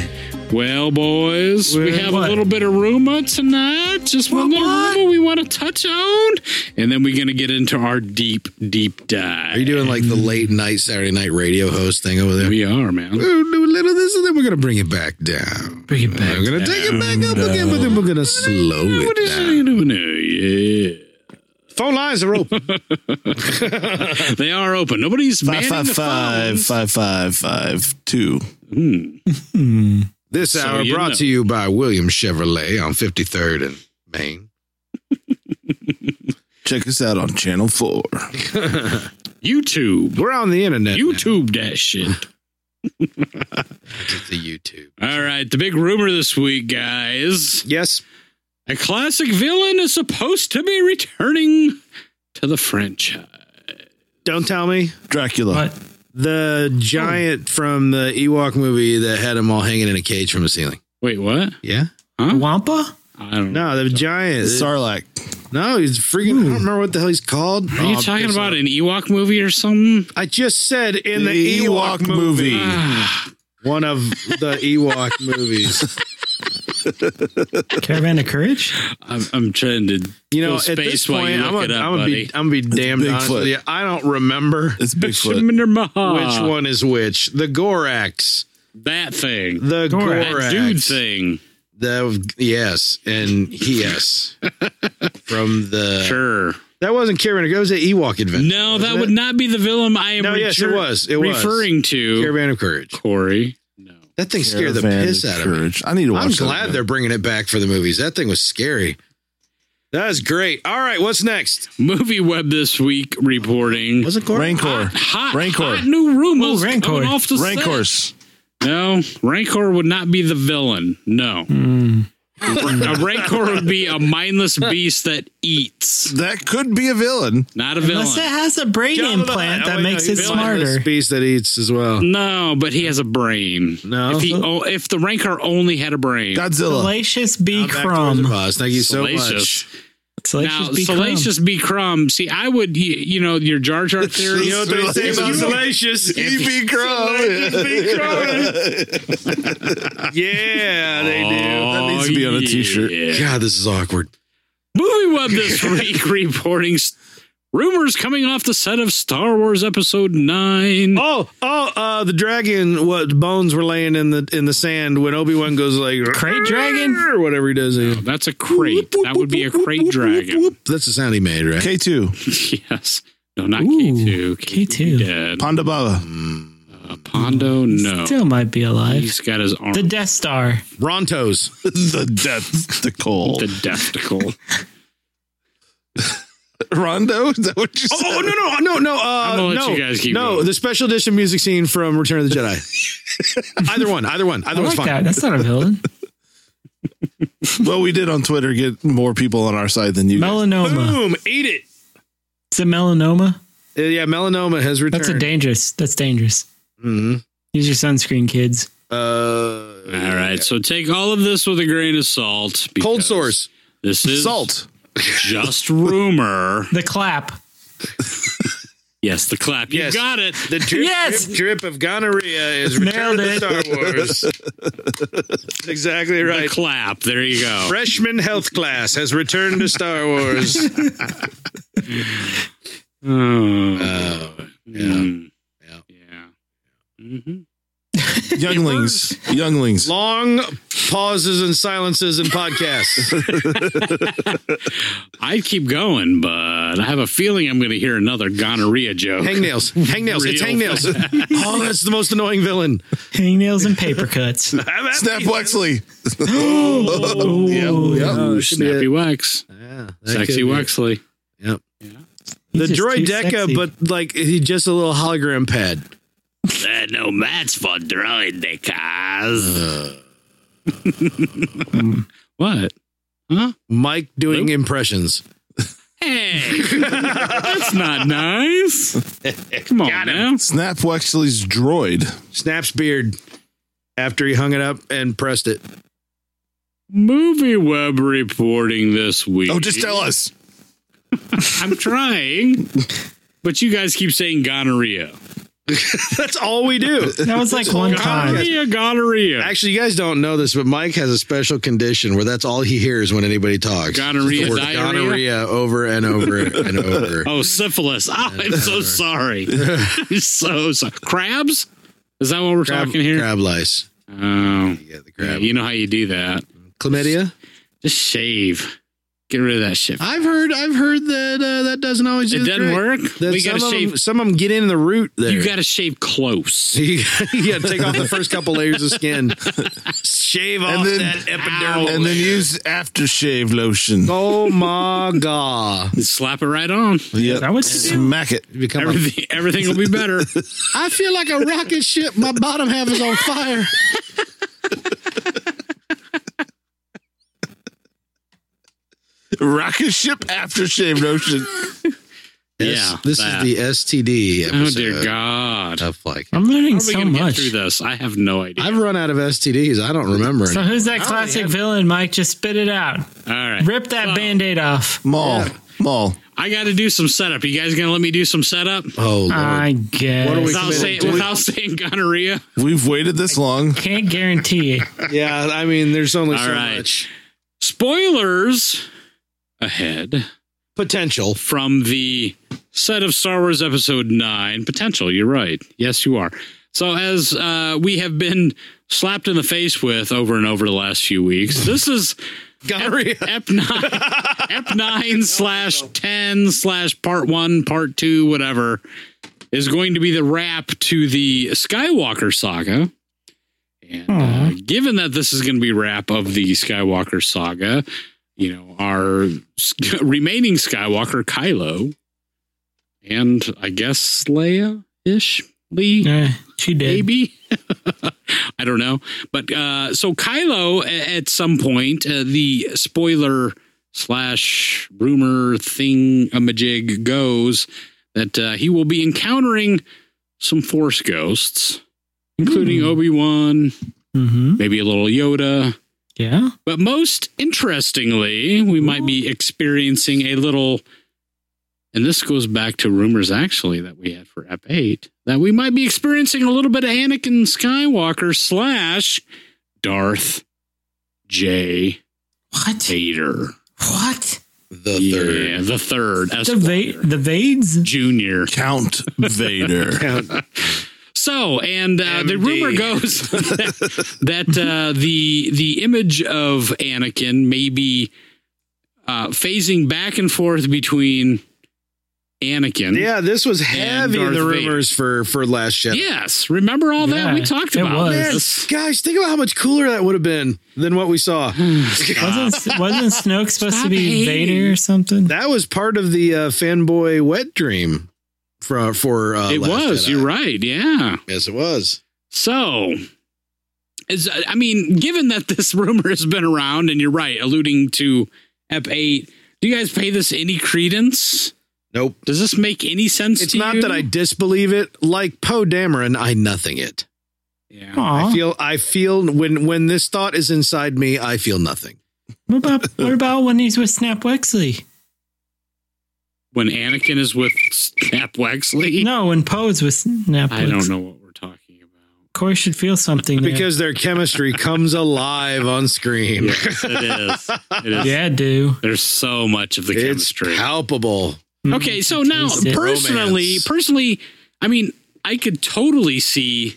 S3: Well, boys, we
S5: Well,
S3: have
S5: what?
S3: a little bit of rumor tonight. Just one little rumor we want to touch on, and then we're gonna get into our deep, deep dive.
S6: Are you doing like the late night Saturday night radio host thing over there?
S3: We are, man.
S6: We're gonna do a little of this and then we're going to bring it back down.
S5: Bring it back.
S6: We're going to take it back up again, but then we're going to slow
S3: What
S6: it
S3: is
S6: down.
S3: it doing there? Yeah.
S1: Phone lines are open.
S3: They are open. Nobody's
S4: Five
S3: manning
S4: five
S3: the
S4: five
S3: phones.
S4: five five five two.
S6: This
S3: So
S6: hour
S3: you
S6: brought
S3: know.
S6: to you by William Chevrolet on 53rd and Main.
S4: Check us out on channel four.
S3: YouTube.
S1: We're on the internet.
S3: YouTube that shit.
S6: It's a YouTube.
S3: All right, the big rumor this week, guys.
S1: Yes.
S3: A classic villain is supposed to be returning to the franchise.
S1: Don't tell me.
S4: Dracula.
S5: But
S1: The giant from the Ewok movie that had them all hanging in a cage from the ceiling.
S3: Wait, what?
S1: Yeah.
S5: Wampa?
S3: I don't know.
S1: No, the giant.
S4: Sarlacc.
S1: No, he's freaking. I don't remember what the hell he's called. Oh, uh,
S3: Are you talking about an Ewok movie or something?
S1: I just said in the,
S4: The
S1: Ewok,
S4: Ewok
S1: movie.
S4: movie.
S3: Ah,
S1: One of the Ewok movies.
S5: Caravan of Courage?
S3: I'm, I'm trying to.
S1: You know,
S3: Go
S1: at this
S3: space while
S1: point,
S3: you
S1: I'm
S3: look it
S1: gonna
S3: up,
S1: I'm gonna be
S3: buddy.
S1: I'm gonna be damned honest
S4: Bigfoot.
S1: with you. I don't remember
S4: It's Bigfoot.
S3: Shiminder Maha.
S1: which one is which. The Gorax,
S3: That thing.
S1: the
S5: Gorax.
S1: Gorax,
S3: That dude thing.
S1: The yes and yes from the.
S3: Sure.
S1: That wasn't Karen. That was the Ewok adventure.
S3: No, that
S1: wasn't
S3: would
S1: it?
S3: not be the villain I am
S1: No,
S3: retur-
S1: yes, it was. It was.
S3: referring to.
S1: Caravan of Courage.
S3: Corey. No.
S1: That thing scared the
S4: Caravan
S1: piss
S4: of
S1: out of me.
S4: Courage. I need to watch
S1: I'm
S4: that
S1: glad
S4: again.
S1: they're bringing it back for the movies. That thing was scary. That is great. All right, what's next?
S3: Movie Web this week reporting.
S1: Was it Gordon?
S4: Rancor.
S3: hot,
S4: Rancor.
S3: hot new rumors
S5: Ooh, Rancor.
S3: coming off the set.
S4: Rancor's.
S3: No, Rancor would not be the villain. No,
S1: Hmm.
S3: a Rancor would be a mindless beast that eats,
S4: That could be a villain.
S3: not a
S5: Unless it
S3: villain.
S5: has a brain implant
S1: Oh,
S5: that makes it smarter.
S1: Beast that eats as well.
S3: No, but he has a brain.
S1: No.
S3: if, he, oh, if the Rancor only had a brain.
S4: Godzilla.
S5: Salacious B.
S1: Back towards the
S5: Crumb.
S1: boss. Thank you so
S3: Salacious.
S1: much.
S3: Now,
S5: Salacious B. Crumb.
S3: Salacious B. Crumb. See, I would, y- you know, your Jar Jar theory.
S4: You know what they say about
S1: Salacious?
S4: E.B.
S1: Oh,
S4: Crumb.
S1: Yeah, they do.
S4: That needs to be on a t-shirt.
S3: Oh, yeah.
S1: God, this is awkward.
S3: Movie Web this week reporting s- rumors coming off the set of Star Wars Episode 9.
S1: Oh, oh, uh, the dragon. What bones were laying in the in the sand when Obi Wan goes like
S5: Crate dragon?
S1: or whatever he does.
S3: Oh, That's a crate. That would be a crate dragon.
S1: That's the sound he made, right?
S4: K2.
S3: Yes. No, not
S5: Ooh,
S3: K2. K2.
S5: K2.
S3: Dead.
S4: Ponda Baba.
S3: Uh, Pondo, no.
S5: Still might be alive.
S3: He's got his arm.
S5: The
S3: The,
S5: Death Star.
S1: Rontos.
S4: the death to cold.
S3: desticle.
S4: Rondo? Is that what you
S1: Oh,
S4: said?
S1: oh, no, no, no, no,
S3: gonna
S1: uh,
S3: let
S1: no,
S3: you guys keep
S1: no.
S3: going.
S1: The special edition music scene from Return of the Jedi. either one, either one, either
S5: I
S1: one's
S5: like
S1: fine.
S5: that. That's not a villain.
S4: Well, we did on Twitter get more people on our side than you. guys.
S5: Melanoma.
S1: Boom, eat it.
S5: Is it melanoma?
S1: Uh, yeah, melanoma has returned.
S5: That's a dangerous. That's dangerous.
S1: Mhm.
S5: Use your sunscreen, kids.
S1: Uh,
S3: All right. So take all of this with a grain of salt.
S1: cold
S3: because
S1: source.
S3: This is
S4: Salt.
S3: just rumor.
S5: The clap.
S3: Yes, the clap. You
S1: Yes.
S3: got it.
S1: The drip,
S5: Yes!
S1: drip, drip of gonorrhea is Return
S5: Nailed
S1: of the
S5: it.
S1: Star Wars. That's exactly
S3: The
S1: right.
S3: clap. There you go.
S1: Freshman health class has returned to Star Wars. Uh,
S3: Oh, Mm.
S6: Yeah.
S3: Yeah. Mhm.
S4: younglings, younglings.
S1: Long pauses and silences in podcasts.
S3: I keep going, but I have a feeling I'm going to hear another gonorrhea joke.
S1: hangnails. Hangnails. It's
S3: Real
S1: hangnails. oh, that's the most annoying villain.
S5: Hangnails and paper cuts.
S4: Snap Wexley.
S5: Ooh,
S3: Ooh,
S1: that could be
S3: Oh, snappy
S1: it.
S3: wax,
S1: Yeah, that could
S3: sexy
S1: be it.
S3: Wexley.
S5: he's
S1: The
S5: just too
S1: droid
S5: sexy.
S1: Deca, but like he just a little hologram pad.
S3: Eh, no match for droid decas.
S1: Uh.
S3: what? Huh?
S1: Mike doing impressions.
S3: Hey, that's not nice. Come on now.
S4: Snap Wexley's droid.
S1: Snaps beard after he hung it up and pressed it.
S3: Movie web reporting this week.
S4: Oh, just tell us.
S3: I'm trying, but you guys keep saying gonorrhea.
S1: That's all we do.
S5: that was like one time.
S3: Gonorrhea, gonorrhea.
S1: Actually, you guys don't know this, but Mike has a special condition where that's all he hears when anybody talks.
S3: Gonorrhea,
S1: The word
S3: diarrhea?
S1: gonorrhea over and over and over.
S3: Oh, syphilis. Oh, I'm so sorry. I'm so sorry. Crabs? Is that what we're
S1: crab,
S3: talking here?
S1: crab lice.
S3: Oh,
S1: Yeah, the
S3: yeah,
S1: crab.
S3: you know how you do that.
S1: Chlamydia.
S3: Just shave. Get rid of that shit.
S1: I've heard. I've heard that uh, that doesn't always.
S3: it
S1: do the
S3: doesn't
S1: trick.
S3: work.
S1: That
S3: We
S1: some
S3: gotta
S1: of
S3: shave.
S1: Them, some of them get in the root. There.
S3: you gotta shave close.
S1: you gotta take off the first couple layers of skin. Shave off
S4: then-
S1: that epidermal.
S4: And then use aftershave lotion.
S1: Oh my god!
S3: Slap it right on.
S4: Yep.
S5: That was
S4: Smack it.
S1: You become a-
S3: Everything, everything will be better.
S1: I feel like a rocket ship. My bottom half is on fire.
S4: Rocket ship aftershave lotion.
S3: yeah.
S1: this is
S3: that.
S1: the STD episode.
S3: Oh dear God.
S1: Tough like.
S5: I'm
S3: How
S5: learning
S3: are we
S5: so
S3: gonna get
S5: much.
S3: through this? I have no idea.
S1: I've run out of STDs. I don't remember.
S5: So
S1: any.
S5: who's that classic villain, Mike? Just spit it out.
S3: All right.
S5: Rip that band-aid off.
S4: Mall. Mall.
S3: I gotta do some setup. You guys gonna let me do some setup?
S1: oh, Lord.
S3: Uh,
S5: I guess.
S1: What are we-
S3: Without saying, without saying gonorrhea.
S4: We've waited this long.
S5: Can't guarantee it.
S1: yeah. I mean, there's only
S3: All
S1: so
S3: right.
S1: much
S3: spoilers ahead
S1: potential.
S3: from the set of Star Wars Episode 9. Potential, you're right. Yes, you are. So, as uh, we have been slapped in the face with over and over the last few weeks, this is
S1: Gonorrhea.
S3: Ep 9, Ep 9 slash 10 slash part 1, part 2, whatever, is going to be the wrap to the Skywalker saga. And uh, given that this is going to be wrap of the Skywalker saga, you know, our s- remaining Skywalker, Kylo, and I guess Leia ish, Lee
S5: Eh, she did.
S3: maybe i don't know but uh so kylo a- at some point uh, the spoiler slash rumor thing a majig goes that uh, he will be encountering some force ghosts including obi-wan
S5: Mm-hmm.
S3: maybe a little yoda
S5: Yeah.
S3: but most interestingly, we might be experiencing a little, and this goes back to rumors actually that we had for Ep 8, that we might be experiencing a little bit of Anakin Skywalker slash Darth J.
S5: What?
S3: Vader.
S5: What?
S1: The
S3: Yeah, the third.
S5: The
S3: Esquire.
S5: va- the Vades?
S3: Junior.
S4: Count Vader.
S1: third.
S3: So, and uh, the
S1: MD.
S3: rumor goes that, that uh, the the image of Anakin may be uh, phasing back and forth between Anakin.
S1: yeah, this was heavy in
S3: Darth
S1: the
S3: Vader.
S1: rumors for for Last Jedi.
S3: Yes, remember all that we
S5: Yeah,
S3: talked
S5: it
S3: about.
S5: was.
S1: Man,
S3: this.
S1: guys, think about how much cooler that would have been than what we saw.
S5: Wasn't wasn't Snoke supposed
S3: Stop
S5: to be
S3: hating.
S5: Vader or something?
S1: That was part of the uh, fanboy wet dream for for uh,
S3: It
S1: Last
S3: was.
S1: Jedi.
S3: You're right. Yeah.
S1: Yes, it was.
S3: So, is I mean, given that this rumor has been around, and you're right, alluding to Ep Eight, do you guys pay this any credence?
S1: Nope.
S3: Does this make any sense?
S1: It's
S3: to
S1: not
S3: you?
S1: that I disbelieve it. Like Poe Dameron, I nothing it.
S3: Yeah.
S5: Aw.
S1: I feel I feel when when this thought is inside me, I feel nothing.
S5: What about what about when he's with Snap Wexley?
S3: When Anakin is with Snap Wexley,
S5: No, when Poe's with Snap.
S3: I don't
S5: Wexley.
S3: know what we're talking about.
S5: Corey should feel something there.
S1: because their chemistry comes alive on screen.
S3: Yes, it is. It is.
S5: yeah, do
S3: There's so much of the
S1: It's
S3: chemistry.
S1: palpable.
S3: Okay, so now
S5: Taste it.
S3: personally,
S1: Romance.
S3: personally, I mean, I could totally see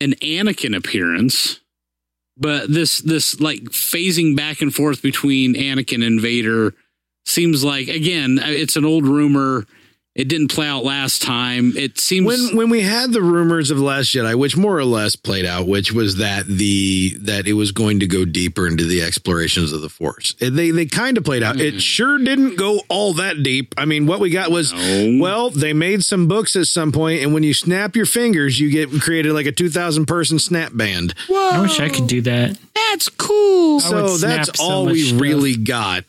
S3: an Anakin appearance, but this this like phasing back and forth between Anakin and Vader seems like again, it's an old rumor. It didn't play out last time. It seems
S1: When when we had the rumors of Last Jedi, which more or less played out, which was that the that it was going to go deeper into the explorations of the Force. And They they kind of played out.
S3: Mm-hmm.
S1: It sure didn't go all that deep. I mean, what we got was
S3: No.
S1: well, they made some books at some point, and when you snap your fingers, you get created like a two thousand person snap band.
S3: Oh.
S5: I wish I could do that.
S3: that's cool.
S5: I would
S1: so
S5: snap
S1: that's
S5: so
S1: all
S5: much
S1: we
S5: stuff.
S1: really got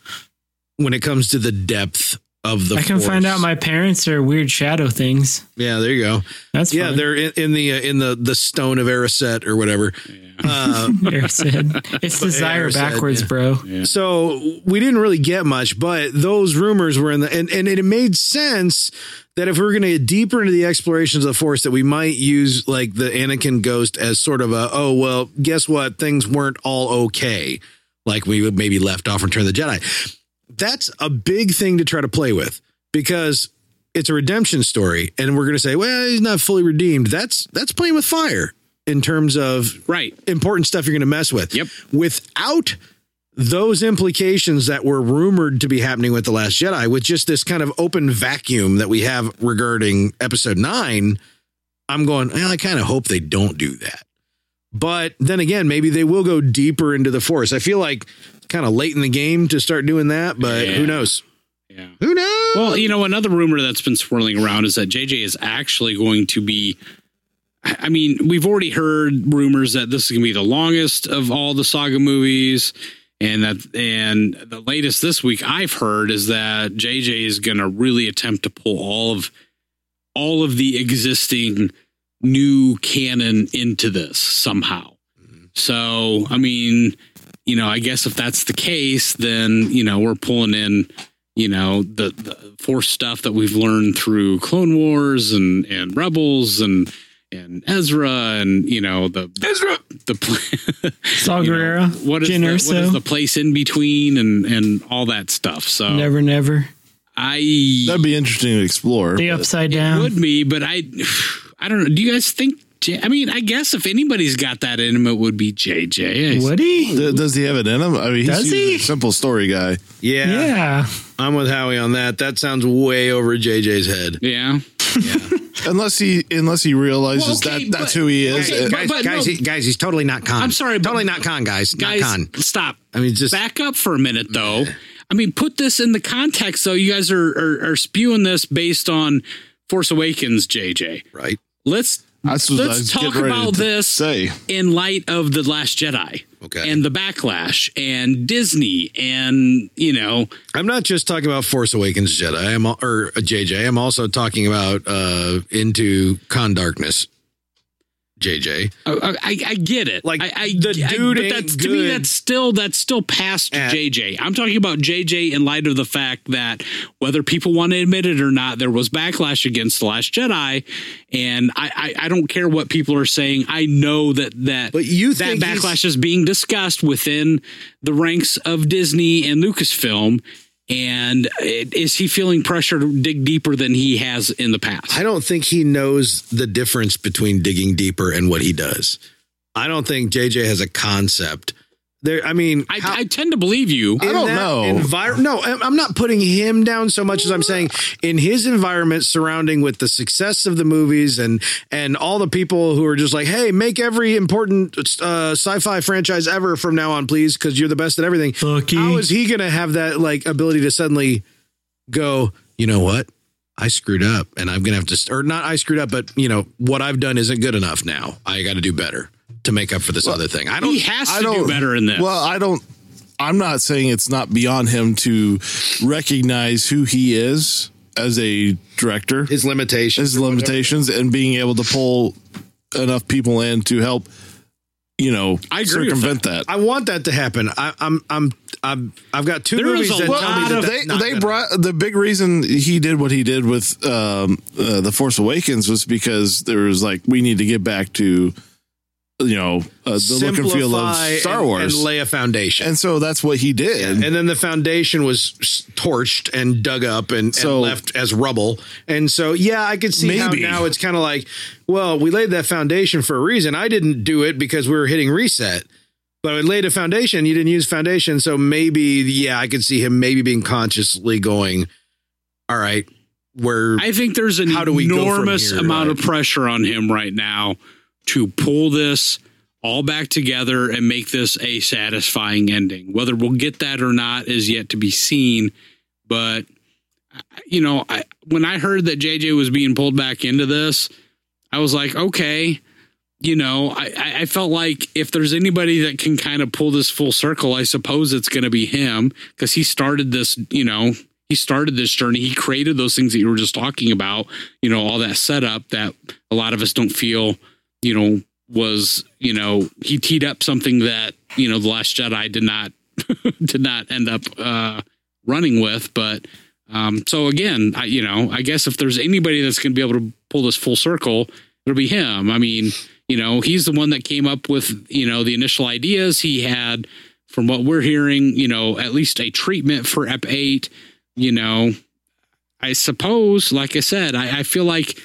S1: when it comes to the depth of the.
S5: I can
S1: Force.
S5: find out my parents are weird shadow things.
S1: Yeah, there you go.
S5: That's
S1: yeah,
S5: fun.
S1: they're in, in the uh, in the the stone of Araset or whatever. Uh,
S5: Eric said. It's desire
S1: Eric said,
S5: backwards,
S1: yeah.
S5: bro.
S1: so we didn't really get much, but those rumors were in the and and it made sense that if we were going to get deeper into the explorations of the Force, that we might use like the Anakin ghost as sort of a oh well, guess what, things weren't all okay, like we would maybe left off Return of the Jedi. That's a big thing to try to play with because it's a redemption story, and we're going to say, well, he's not fully redeemed. That's that's playing with fire in terms of
S3: Right.
S1: important stuff you're going to mess with.
S3: Yep.
S1: Without those implications that were rumored to be happening with The Last Jedi, with just this kind of open vacuum that we have regarding episode nine, I'm going, well, I kind of hope they don't do that. But then again, maybe they will go deeper into the force. I feel like it's kind of late in the game to start doing that, but
S3: Yeah.
S1: who knows?
S3: Yeah.
S1: Who knows?
S3: Well, you know, another rumor that's been swirling around is that JJ is actually going to be. I I mean, we've already heard rumors that this is going to be the longest of all the saga movies, and that and the latest this week I've heard is that JJ is going to really attempt to pull all of all of the existing new canon into this somehow. So, I mean, you know, I guess if that's the case, then you know we're pulling in you know the, the force stuff that we've learned through clone wars and and rebels and and ezra and you know the ezra the pl-
S5: Saul
S3: you know,
S5: Guerrero,
S3: what is,
S5: Jyn
S3: the, what
S5: Erso,
S3: is the uh, place in between and and all that stuff so
S5: Never Never,
S3: i
S4: That'd be interesting to explore.
S5: the
S4: but
S5: Upside Down.
S3: would be but i i don't know do you guys think J- i mean i guess if anybody's got that in him it would be jj I-
S5: Would he?
S4: d- Does he have it in him? I mean, he's
S5: Does
S4: usually
S5: he?
S4: a simple story guy.
S1: yeah,
S5: Yeah.
S1: I'm with Howie on that. That sounds way over JJ's head.
S3: yeah
S4: Unless he unless he realizes
S3: Well, okay,
S4: that that's
S3: but-
S4: who he is.
S3: okay,
S4: Uh,
S3: but- no-
S1: he- guys, he's totally not con.
S3: I'm sorry, but-
S1: totally not con, guys.
S3: guys
S1: not con.
S3: stop
S1: I mean, just
S3: back up for a minute though i mean put this in the context though you guys are are, are spewing this based on force awakens jj
S1: right.
S3: let's
S4: that's what I
S3: let's
S4: was
S3: talk
S4: getting ready
S3: about
S4: to
S3: this.
S4: Say
S3: in light of the last jedi
S1: Okay.
S3: and the backlash and disney and you know
S1: I'm not just talking about Force Awakens Jedi. I'm al- or uh, JJ. I'm also talking about uh into Con Darkness. JJ.
S3: I, Oh, I, I get it.
S1: Like,
S3: I, I,
S1: the
S3: I-
S1: dude ain't
S3: that's to me.
S1: good.
S3: That's still that's still past
S1: At-
S3: JJ. I'm talking about JJ in light of the fact that whether people want to admit it or not, there was backlash against the Last Jedi, and I I, I don't care what people are saying. I know that that
S1: But you
S3: that
S1: think he's-
S3: backlash is being discussed within the ranks of Disney and Lucasfilm. And it, is he feeling pressure to dig deeper than he has in the past?
S1: I don't think he knows the difference between digging deeper and what he does. I don't think JJ has a concept. There. I mean,
S3: I,
S1: how-
S3: I tend to believe you.
S4: I
S1: in
S4: don't
S1: that
S4: know.
S1: envir- no, I'm I'm not putting him down so much as I'm saying in his environment surrounding with the success of the movies and and all the people who are just like, hey, make every important uh, sci-fi franchise ever from now on, please, because you're the best at everything.
S5: Bucky.
S1: How is he going to have that like ability to suddenly go? You know what? I screwed up, and I'm going to have to, st- or not. I screwed up, but you know what I've done isn't good enough. Now I got to do better to make up for this other thing. I don't.
S3: he has to
S4: I don't
S3: do better in this.
S4: Well, I don't. I'm not saying it's not beyond him to recognize who he is as a director,
S1: his limitations.
S4: his limitations, and being able to pull enough people in to help you know,
S3: I agree with
S4: circumvent that.
S1: I want that to happen. I, I'm I'm I'm I've got two
S3: There is
S1: movies
S3: a
S1: that tell me
S3: lot
S1: that
S3: of-
S1: that's
S4: they
S1: not
S4: they
S1: gonna-
S4: brought the big reason he did what he did with um, uh, the Force Awakens was because there was like we need to get back to you know uh, the look and feel of
S1: Simplify
S4: Star
S1: and-
S4: Wars,
S1: and
S4: and,
S1: lay a foundation.
S4: so that's what he did.
S1: and, then the foundation was s- torched and dug up and,
S4: So-
S1: and left as rubble. And so, yeah, I could see how
S4: Maybe.
S1: now it's kind of like, well, we laid that foundation for a reason. I didn't do it because we were hitting reset, but I laid a foundation. You didn't use foundation, so maybe, yeah, I could see him maybe being consciously going, all right, we're
S3: I think there's an
S1: How do we go from
S3: enormous
S1: here,
S3: amount
S1: right?
S3: of pressure on him right now to pull this all back together and make this a satisfying ending. Whether we'll get that or not is yet to be seen. But you know, I, when I heard that JJ was being pulled back into this, I was like, okay. You know, I, I I felt like if there's anybody that can kind of pull this full circle, I suppose it's going to be him because he started this, you know, he started this journey. He created those things that you were just talking about, you know, all that setup that a lot of us don't feel, you know, was, you know, he teed up something that, you know, The Last Jedi did not did not end up uh running with. But um so again, I you know, I guess if there's anybody that's gonna be able to pull this full circle, it'll be him. I mean, you know, he's the one that came up with, you know, the initial ideas. He had from what we're hearing, you know, at least a treatment for Ep eight you know, I suppose, like I said, I, I feel like,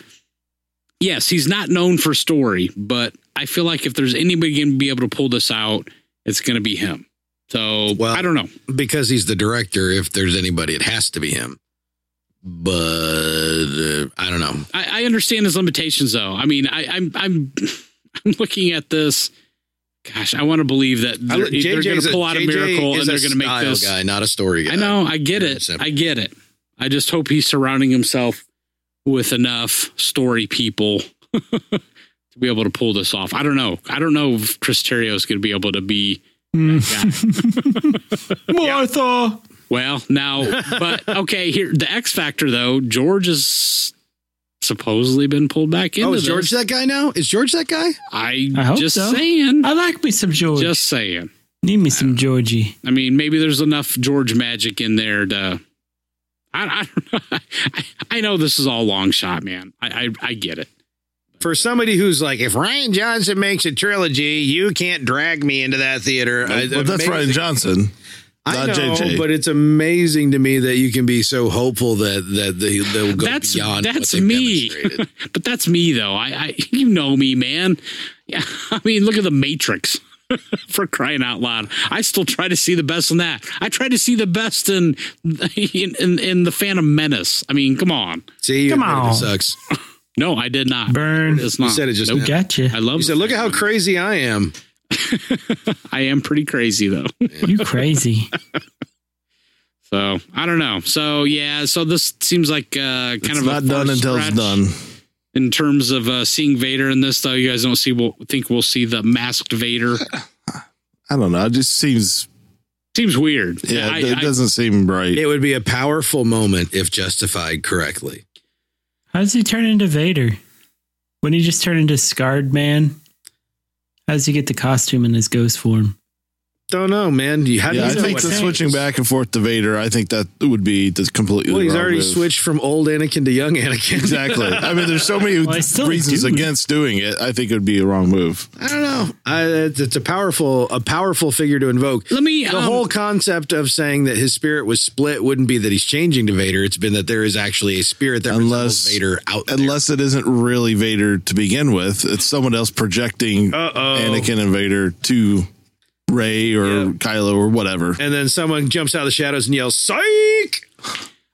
S3: yes, he's not known for story, but I feel like if there's anybody going to be able to pull this out, it's going to be him. So
S1: Well-
S3: I don't know.
S1: because he's the director. If there's anybody, it has to be him. But uh, I don't know.
S3: I, I understand his limitations, though. I mean, I, I'm I'm I'm looking at this. Gosh, I want to believe that
S1: I-
S3: they're, they're going
S1: JJ 's
S3: to
S1: a-
S3: pull out a
S1: JJ
S3: miracle and
S1: is a
S3: they're going to make
S1: style
S3: this.
S1: guy, not a story guy. Oh,
S3: I know. I get
S1: Yeah,
S3: it.
S1: it's a-
S3: I get it. I just hope he's surrounding himself with enough story people to be able to pull this off. I don't know. I don't know if Chris Terrio is going to be able to be.
S5: Martha.
S3: Well, now, but okay. Here, the X Factor though. George has supposedly been pulled back into
S1: Oh, is
S3: this.
S1: George that guy now? Is George that guy?
S3: I,
S5: I hope
S3: just
S5: so.
S3: saying.
S5: I like me some George.
S3: Just saying.
S5: Need me some Georgie.
S3: I mean, maybe there's enough George magic in there to. I, I don't know. I, I know this is all long shot, man. I I, I get it.
S1: For somebody who's like, if Ryan Johnson makes a trilogy, you can't drag me into that theater. I-
S4: but that's
S1: uh, amazing.
S4: Ryan Johnson.
S1: I know,
S4: not JJ.
S1: but it's amazing to me that you can be so hopeful that that they, they'll go
S3: That's-
S1: beyond.
S3: that's
S1: what they've
S3: me.
S1: demonstrated.
S3: But that's me though. I, I you know me, man. Yeah, I mean, look at the Matrix. For crying out loud, I still try to see the best in that. I try to see the best in in in, in the Phantom Menace. I mean, come on.
S1: See,
S5: Come
S1: it
S5: on.
S1: sucks.
S3: No, I did not.
S5: Burn.
S3: It's not.
S1: said it just now.
S5: Gotcha.
S3: I love.
S1: He said, "Look at how crazy I am."
S3: I am pretty crazy though.
S5: You crazy.
S3: So I don't know. So yeah. So this seems like uh, kind
S4: It's
S3: of a
S4: not done
S3: far
S4: until
S3: stretch.
S4: it's done.
S3: in terms of uh, seeing Vader in this, though, you guys don't see. We'll think we'll see the masked Vader.
S4: I don't know. It just seems
S3: Seems weird.
S4: yeah,
S3: I-
S4: it
S3: I-
S4: doesn't seem right.
S1: It would be a powerful moment if justified correctly.
S5: How does he turn into Vader? When he just turn into Scarred Man? How does he get the costume in his ghost form?
S1: Don't know, man. You how do
S4: yeah,
S1: you
S4: I
S1: know
S4: think
S1: what
S4: the
S5: happens.
S4: switching back and forth to Vader, I think that would be just completely.
S1: Well, he's
S4: wrong
S1: already
S4: move.
S1: switched from old Anakin to young Anakin.
S4: Exactly. I mean, there's so many
S5: Well, he's still a
S4: reasons
S5: dude.
S4: against doing it. I think it would be a wrong move.
S1: I don't know. I, it's, it's a powerful, a powerful figure to invoke.
S3: Let me.
S1: the
S3: um,
S1: whole concept of saying that his spirit was split wouldn't be that he's changing to Vader. It's been that there is actually a spirit that
S4: Unless-
S1: resembles Vader out there.
S4: Unless it isn't really Vader to begin with, it's someone else projecting Anakin and Vader to Ray or
S1: Yeah.
S4: Kylo or whatever.
S1: and then someone jumps out of the shadows and yells, "Psych!"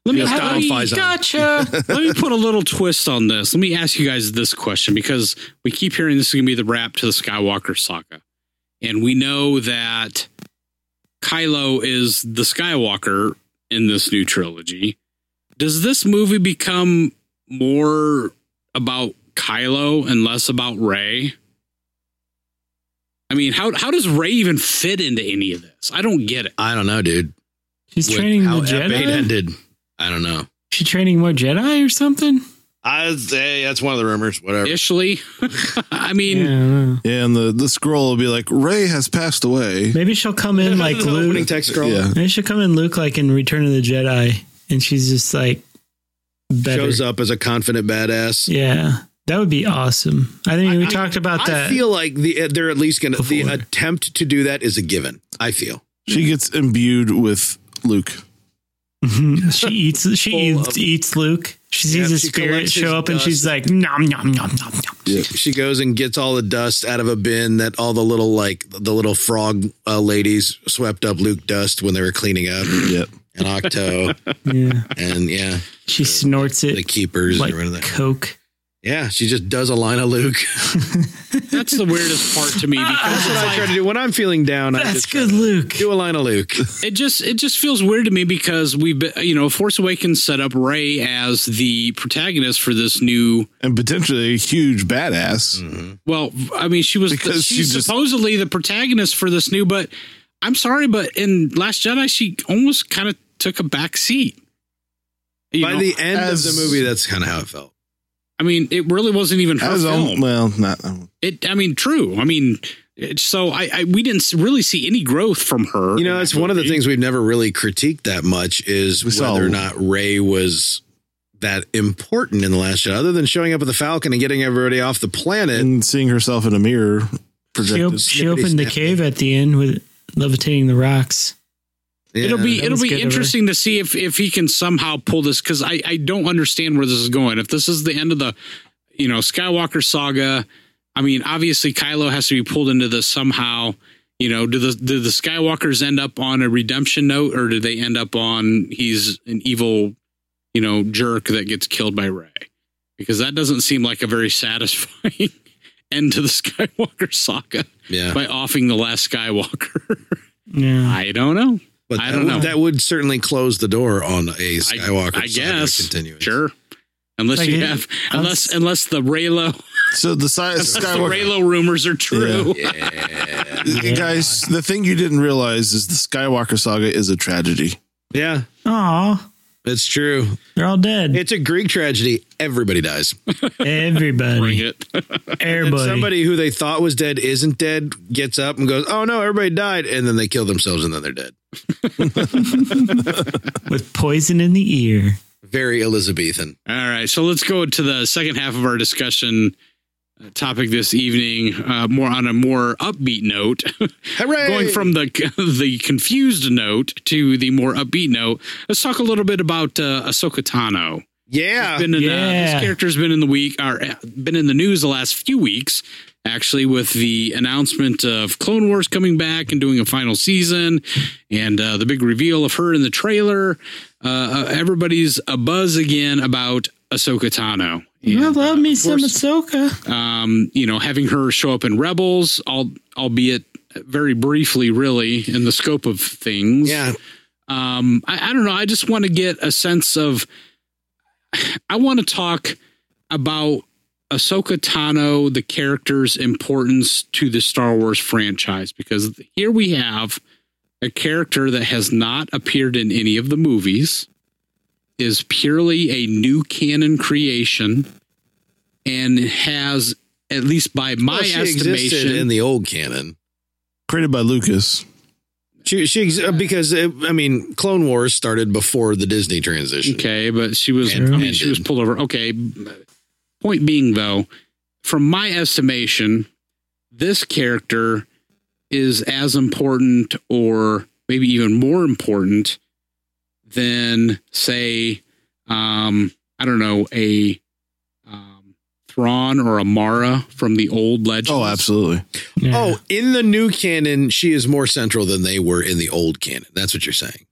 S3: let me.
S1: Yes,
S3: Let
S1: Donald
S3: me,
S1: Faison.
S5: Gotcha.
S3: let me put a little twist on this. Let me ask you guys this question because we keep hearing this is going to be the wrap to the Skywalker saga, and we know that Kylo is the Skywalker in this new trilogy. Does this movie become more about Kylo and less about Ray? I mean, how how does Ray even fit into any of this? I don't get it.
S1: I don't know, dude.
S5: She's
S1: With
S5: training the
S1: how F8
S5: Jedi.
S1: ended. I don't know.
S5: She training more Jedi or something?
S1: I, hey, that's one of the rumors. Whatever.
S3: Ishly. I mean,
S5: Yeah.
S4: Yeah, and the, the scroll will be like, Ray has passed away.
S5: Maybe she'll come in like
S1: Opening
S5: Luke.
S1: text scroll.
S4: Yeah.
S5: Maybe she'll come in Luke like in Return of the Jedi, and she's just like better.
S1: Shows up as a confident badass.
S5: Yeah, that would be awesome. I think we talked about
S1: I
S5: that.
S1: feel like the they're at least going to the
S5: Before.
S1: attempt to do that is a given. I feel.
S4: She gets imbued with Luke.
S5: she eats. She
S1: Full
S5: eats,
S1: of-
S5: eats Luke. She
S1: Yeah,
S5: sees a
S1: she
S5: spirit
S1: collects his
S5: show up, and she's
S1: dust.
S5: like nom nom nom nom nom.
S1: She goes and gets all the dust out of a bin that all the little like the little frog uh, ladies swept up Luke dust when they were cleaning up
S4: Yep.
S1: and Octo
S5: Yeah,
S1: and yeah
S5: she snorts
S1: the
S5: it
S1: keepers
S5: like
S1: or whatever. they-
S5: Coke.
S1: Yeah, she just does a line of Luke.
S3: that's the weirdest part to me because
S1: That's what I try to do when I'm feeling down. I
S5: That's
S1: just try
S5: good,
S1: to
S5: Luke.
S1: Do a line of Luke.
S3: it just it just feels weird to me because we've been, you know Force Awakens set up Ray as the protagonist for this new
S4: And potentially a huge badass.
S1: Mm-hmm.
S3: well I mean she was
S4: Because she
S3: she's
S4: just-
S3: supposedly the protagonist for this new but I'm sorry but in Last Jedi she almost kind of took a back seat. You
S1: By
S3: know,
S1: the end
S4: as-
S1: of the movie, that's kind of how it felt.
S3: I mean it really wasn't even her
S4: As
S3: film.
S4: al- well, not
S3: it I mean true. I mean it, so I, I we didn't s- really see any growth from her.
S1: You know, that's one of the things we've never really critiqued that much is
S4: We saw-
S1: whether or not Ray was that important in the last shot, other than showing up with the Falcon and getting everybody off the planet.
S4: and seeing herself in a mirror
S5: She, op-
S4: projected.
S5: she
S1: Snippety
S5: opened the
S1: snappy.
S5: cave at the end with levitating the rocks.
S3: It'll
S1: Yeah.
S3: be
S5: that
S3: it'll
S5: was
S3: be
S5: good of her.
S3: interesting to see if if he can somehow pull this because I I don't understand where this is going. If this is the end of the you know Skywalker saga, I mean obviously Kylo has to be pulled into this somehow. You know, do the do the Skywalkers end up on a redemption note or do they end up on he's an evil you know jerk that gets killed by Ray? Because that doesn't seem like a very satisfying end to the Skywalker saga
S1: yeah.
S3: by offing the last Skywalker.
S5: Yeah,
S3: I don't know.
S1: But
S3: I
S1: that,
S3: don't
S1: would,
S3: know.
S1: that would certainly close the door on a Skywalker.
S3: I, I
S1: saga
S3: guess.
S1: continuance.
S3: Sure. Unless
S5: Like,
S3: you
S5: it-
S3: have, unless unless the Raylo,
S4: So the size
S3: the
S4: Skywalker
S3: Raylo rumors are true.
S4: guys, the thing you didn't realize is the Skywalker saga is a tragedy.
S1: Yeah,
S5: aw,
S1: it's true.
S5: they're all dead.
S1: It's a Greek tragedy. Everybody dies.
S3: Bring
S5: Everybody,
S3: it.
S1: And
S5: everybody.
S1: somebody who they thought was dead isn't dead gets up and goes, "Oh no, everybody died!" And then they kill themselves and then they're dead.
S5: with poison in the ear.
S1: Very Elizabethan.
S3: All right, so let's go to the second half of our discussion uh, topic this evening. Uh, more on a more upbeat note,
S1: Hooray!
S3: going from the the confused note to the more upbeat note. Let's talk a little bit about uh, Ahsoka Tano.
S1: yeah,
S3: been in uh,
S5: Yeah.
S3: this character's been in the week or uh, been in the news the last few weeks actually with the announcement of clone wars coming back and doing a final season and uh, the big reveal of her in the trailer uh, uh, everybody's a buzz again about Ahsoka Tano.
S5: I
S3: And,
S5: love
S3: uh,
S5: me
S3: of
S5: some
S3: course,
S5: Ahsoka.
S3: um, you know, having her show up in Rebels, al- albeit very briefly, really, in the scope of things
S1: yeah.
S3: um I, I don't know i just want to get a sense of i want to talk about ahsoka tano the character's importance to the star wars franchise because here we have a character that has not appeared in any of the movies is purely a new canon creation and has at least by my
S1: Well, she existed
S3: estimation
S1: in the old canon.
S4: Created by Lucas.
S1: She, she ex- uh, because it, I mean, Clone Wars started before the Disney transition.
S3: Okay, but she was.
S1: And
S3: I mean, she
S1: ended.
S3: was pulled over. Okay. Point being, though, from my estimation, this character is as important, or maybe even more important, than say, um, I don't know, a um, Thrawn or a Mara from the old legends.
S4: Oh, absolutely.
S5: Yeah.
S1: Oh, in the new canon, she is more central than they were in the old canon. That's what you're saying.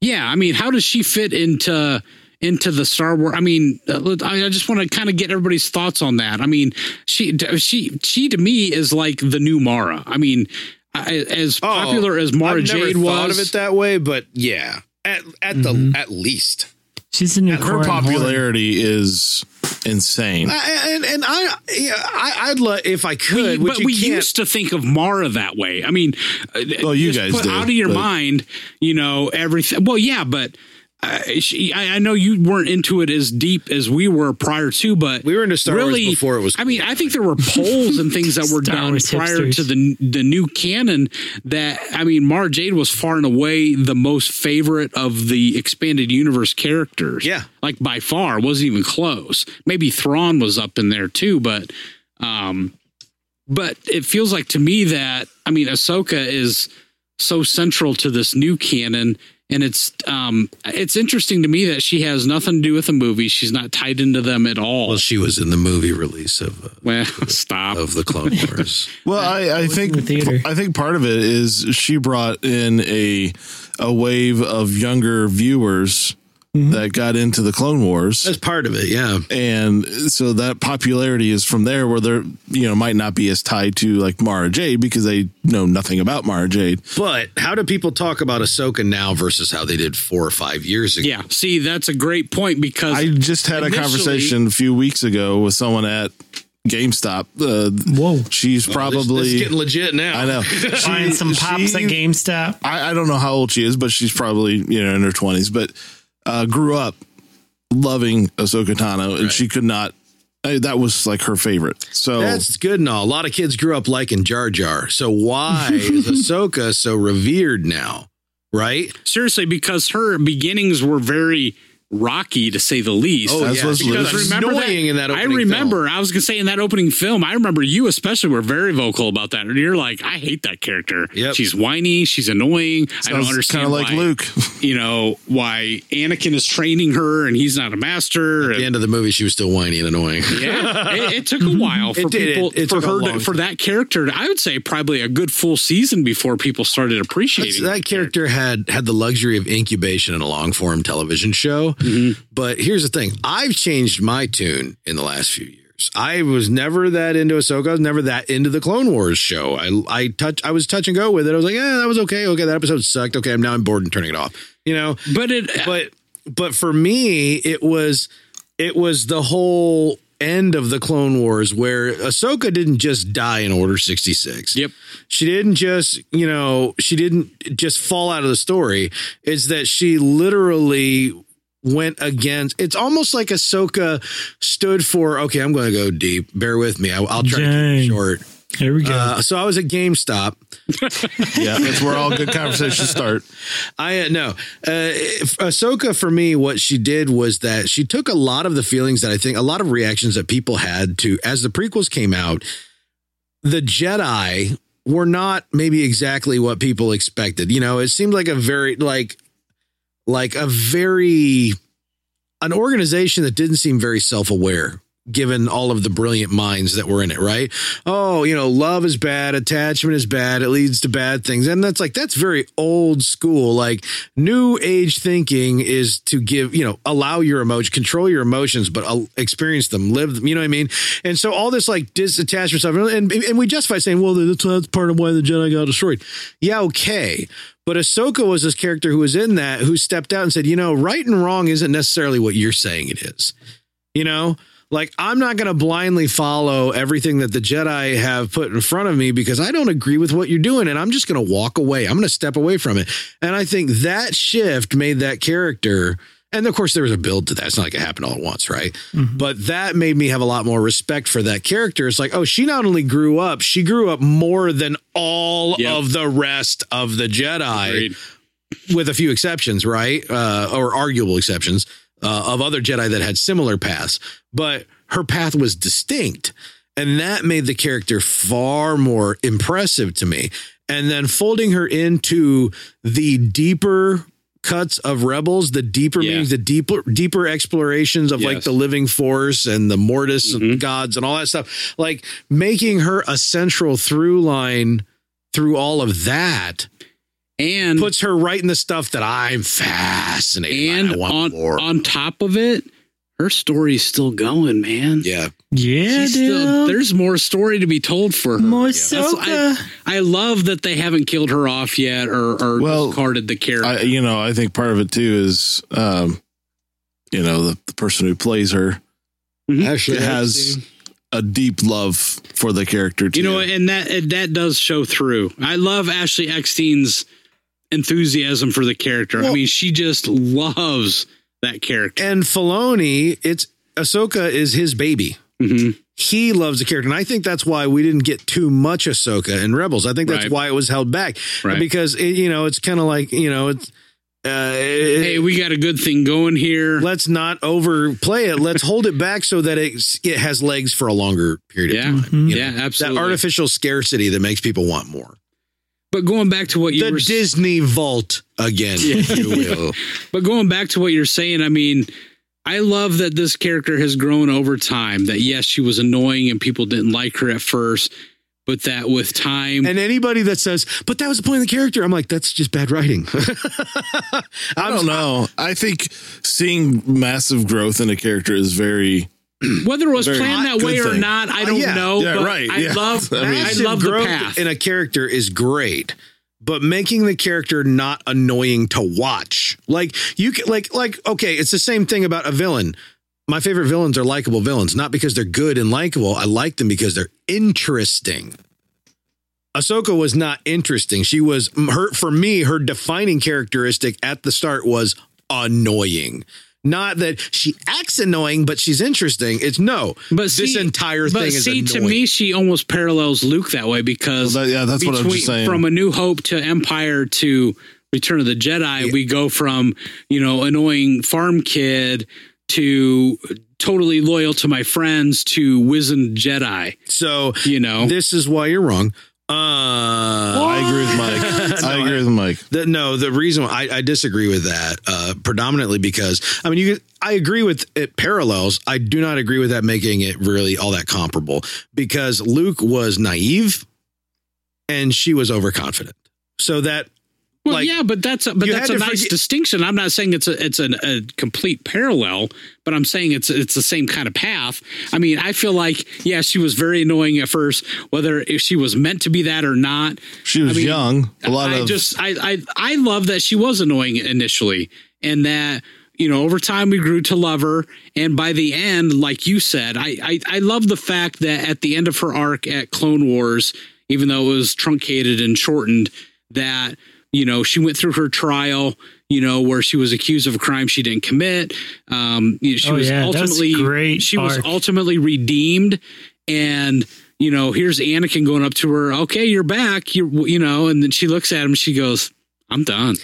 S3: Yeah, I mean, how does she fit into into the Star Wars? I mean, uh, let- I I just want to kind of get everybody's thoughts on that. I mean, she d- she she to me is like the new Mara. I mean, I, as
S1: Oh,
S3: popular as Mara
S1: I've never
S3: Jade
S1: thought
S3: was, Mm-hmm.
S1: of it that way, but yeah, at at
S5: Mhm.
S1: the at least,
S5: she's in
S4: Her popularity is insane.
S1: I, and and I yeah, I I'd let if I
S3: we,
S1: could,
S3: but
S1: but you
S3: we
S1: can't.
S3: used to think of Mara that way. I mean, uh,
S4: Well, you
S3: just
S4: guys
S3: put
S4: do,
S3: out of your
S4: but-
S3: mind, you know everything. Well, yeah, but I, she, I I know you weren't into it as deep as we were prior to, but
S1: We were into Star Wars before it was
S3: I mean, I think there were polls and things that were
S5: Star
S3: done
S5: Wars
S3: prior
S5: hipsters.
S3: to the the new canon. That I mean, Mara Jade was far and away the most favorite of the expanded universe characters.
S1: Yeah.
S3: like by far, wasn't even close. Maybe Thrawn was up in there too, but um, but it feels like to me that I mean, Ahsoka is so central to this new canon and it's um it's interesting to me that she has nothing to do with the movie she's not tied into them at all
S6: Well, she was in the movie release of uh,
S3: well stop
S1: Oh.
S6: of the Clone Wars.
S4: Well, I, I think
S5: in the theater.
S4: I think part of it is she brought in a a wave of younger viewers
S3: Mm-hmm.
S4: that got into the Clone Wars,
S1: That's part of it. Yeah.
S4: and so that popularity is from there, where they're you know might not be as tied to like Mara Jade because they know nothing about Mara Jade.
S1: But how do people talk about Ahsoka now versus how they did four or five years ago?
S3: yeah see that's a great point because
S4: I just had a
S3: Initially-
S4: conversation a few weeks ago with someone at GameStop. Uh,
S5: Whoa.
S1: This-
S4: she's
S1: this is
S4: probably
S1: getting legit now.
S4: I know
S5: Buying some pops at
S4: game.
S5: GameStop.
S4: I, I don't know how old she is, but she's probably you know in her twenties. But uh, grew up loving Ahsoka Tano, and she could not. I, that was like her favorite. So
S1: That's good and all. A lot of kids grew up liking Jar Jar. So why is Ahsoka so revered now? Right?
S3: seriously because her beginnings were very rocky to say the least
S4: As was
S3: Oh, Because
S4: Luke's.
S3: remember that,
S1: annoying in that
S3: I
S1: opening
S3: remember I was gonna say in that opening film, I remember you especially were very vocal about that. You're like, I hate that character.
S1: Yep.
S3: She's whiny, she's annoying. I don't
S4: Kind
S3: understand
S4: of like
S3: why,
S4: Luke.
S3: you know, why Anakin is training her and he's not a master.
S1: At the end of the movie, she was still whiny and annoying.
S3: yeah, it, it took a while for
S1: It did.
S3: people
S1: It- it
S3: for
S1: took a
S3: her
S1: long
S3: to, for that character. To, I would say probably a good full season before people started appreciating
S1: That's- that character had had the luxury of incubation in a long form television show. But here's the thing: I've changed my tune in the last few years. I was never that into Ahsoka. I was never that into the Clone Wars show. I I touch I was touch and go with it. I was like, yeah, that was okay. Okay, that episode sucked. Okay, I'm now I'm bored and turning it off. You know,
S3: But it,
S1: but but for me it was it was the whole end of the clone wars where ahsoka didn't just die in order 66
S3: Yep.
S1: she didn't just you know she didn't just fall out of the story it's that she literally went against it's almost like ahsoka stood for okay i'm gonna go deep bear with me I, i'll try to keep
S5: Dang.
S1: it short
S5: Here we go.
S1: uh, so i was at gamestop
S4: yeah, that's where all good conversations start.
S1: I uh, no. Uh, if- Ahsoka for me, what she did was that she took a lot of the feelings that I think a lot of reactions that people had to as the prequels came out. The Jedi were not maybe exactly what people expected. You know, it seemed like a very like like a very an organization that didn't seem very self-aware given all of the brilliant minds that were in it right oh you know love is bad attachment is bad it leads to bad things and that's like that's very old school like new age thinking is to give you know allow your emotion control your emotions but uh, experience them live them you know what i mean and so all this like disattachment stuff and, and, and we justify saying well that's, that's part of why the jedi got destroyed yeah okay but Ahsoka was this character who was in that who stepped out and said, you know, right and wrong isn't necessarily what you're saying it is. You know, like I'm not going to blindly follow everything that the Jedi have put in front of me because I don't agree with what you're doing and I'm just going to walk away. I'm going to step away from it. And I think that shift made that character and of course there was a build to that. It's not like it happened all at once, right? But that made me have a lot more respect for that character. It's like, oh, she not only grew up, she grew up more than all
S3: Yep.
S1: of the rest of the Jedi
S3: Agreed.
S1: with a few exceptions, right? Uh, or arguable exceptions uh, of other Jedi that had similar paths, but her path was distinct. And that made the character far more impressive to me. And then folding her into the deeper cuts of rebels, the deeper
S3: Yeah.
S1: meanings, the deeper deeper explorations of like
S3: Yes. Mm-hmm.
S1: the living force and the mortis and gods and all that stuff. Like making her a central through line through all of that
S3: and
S1: puts her right in the stuff that I'm fascinated by. I
S3: and
S1: want
S3: on
S1: more.
S3: on top of it, her story's still going, man.
S1: yeah.
S5: yeah,
S3: She's
S5: dude.
S3: still, there's more story to be told for her.
S5: More
S3: That's- I,
S5: Ahsoka.
S3: I love that they haven't killed her off yet or, or
S4: Well,
S3: discarded the character.
S4: I, you know, I think part of it too is, um, you know, the, the person who plays her
S3: Hmm.
S1: Actually,
S4: has a deep love for the character. Too.
S3: you know, and that and that does show through. I love Ashley Eckstein's enthusiasm for the character. I
S1: Well-
S3: mean, she just loves that character.
S1: And Filoni, it's Ahsoka is his baby.
S3: Mhm.
S1: he loves the character. And I think that's why we didn't get too much Ahsoka in Rebels. I think that's
S3: Right.
S1: why it was held back
S3: Right.
S1: because it, you know, it's kind of like, you know, it's, uh, it-
S3: Hey, we got a good thing going here.
S1: let's not overplay it. Let's hold it back so that it's, it has legs for a longer period of
S3: Yeah,
S1: time.
S5: Mm-hmm.
S1: you
S3: yeah,
S1: That
S3: absolutely.
S1: artificial scarcity that makes people want more.
S3: but going back to what you
S1: The
S3: were,
S1: Disney vault again, if you will.
S3: but going back to what you're saying, I mean, I love that this character has grown over time. That yes, she was annoying and people didn't like her at first, but that with time,
S1: And anybody that says, but that was the point of the character, I'm like, that's just bad writing.
S4: I don't know. I think seeing massive growth in a character is very
S3: whether it was
S4: Very
S3: planned
S4: hot,
S3: that way
S4: good
S3: or
S4: thing.
S3: not, I
S1: Uh,
S3: don't
S1: yeah,
S3: know.
S4: yeah,
S3: but
S4: right,
S3: I
S4: yeah.
S3: love,
S4: I mean-
S3: I,
S1: Massive
S3: love the
S1: growth
S3: path.
S1: in a character is great, but making the character not annoying to watch, like you can, like, like, okay, it's the same thing about a villain. My favorite villains are likable villains, not because they're good and likable. I like them because they're interesting. Ahsoka was not interesting. She was her for me. Her defining characteristic at the start was annoying. Not that she acts annoying, but she's interesting. It's no.
S3: But
S1: this
S3: see-
S1: entire thing
S3: But
S1: is
S3: see,
S1: annoying.
S3: to me, she almost parallels Luke that way because
S4: Well, that- yeah, that's what I'm just saying.
S3: From A New Hope to Empire to Return of the Jedi, we go from you know annoying farm kid to totally loyal to my friends to wizened Jedi.
S1: so
S3: You know,
S1: This is why you're wrong. Uh,
S4: I agree with Mike. I agree with Mike.
S1: the, no, the reason why I, I disagree with that uh, predominantly because I mean, you. could- I agree with it parallels. I do not agree with that making it really all that comparable because Luke was naive, and she was overconfident. So that
S3: well,
S1: like,
S3: yeah, but that's a, but
S1: you
S3: that's
S1: had
S3: a
S1: to
S3: nice
S1: forget-
S3: distinction. I'm not saying it's a it's an, a complete parallel, but I'm saying it's it's the same kind of path. I mean, I feel like yeah, she was very annoying at first, whether if she was meant to be that or not.
S4: She was
S3: I mean,
S4: young. A lot
S3: I
S4: of
S3: just I, I I love that she was annoying initially, and that you know over time we grew to love her, and by the end, like you said, I I, I love the fact that at the end of her arc at Clone Wars, even though it was truncated and shortened, that you know she went through her trial. You know where she was accused of a crime she didn't commit. Um, you know, she
S5: Oh,
S3: was
S5: yeah, that's
S3: ultimately
S5: great
S3: she was
S5: arc.
S3: ultimately redeemed, and you know, here's Anakin going up to her, okay, you're back, you you know, and then she looks at him, she goes, I'm done,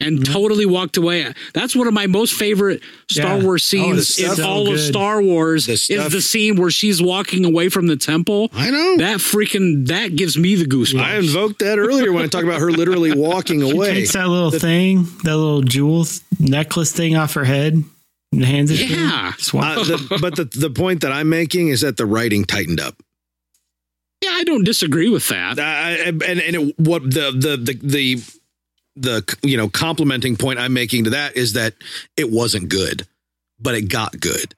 S3: and
S5: Mm-hmm.
S3: totally walked away. That's one of my most favorite Star
S5: Yeah.
S3: Wars
S5: Oh,
S3: scenes
S5: it's
S3: in
S5: so
S3: all of
S5: good.
S3: Star Wars.
S1: The
S3: is
S1: stuff-
S3: the scene where she's walking away from the temple.
S1: I know
S3: That freaking that gives me the goosebumps.
S1: I invoked that earlier when I talked about her literally walking away.
S5: Takes that little thing, that little jewel th- necklace thing off her head and hands it to her.
S3: yeah,
S5: Just walk-
S1: Uh, the, but the the point that I'm making is that the writing tightened up.
S3: yeah, I don't disagree with that.
S1: I, I- and and it, what the the the the the you know complimenting point I'm making to that is that it wasn't good, but it got good.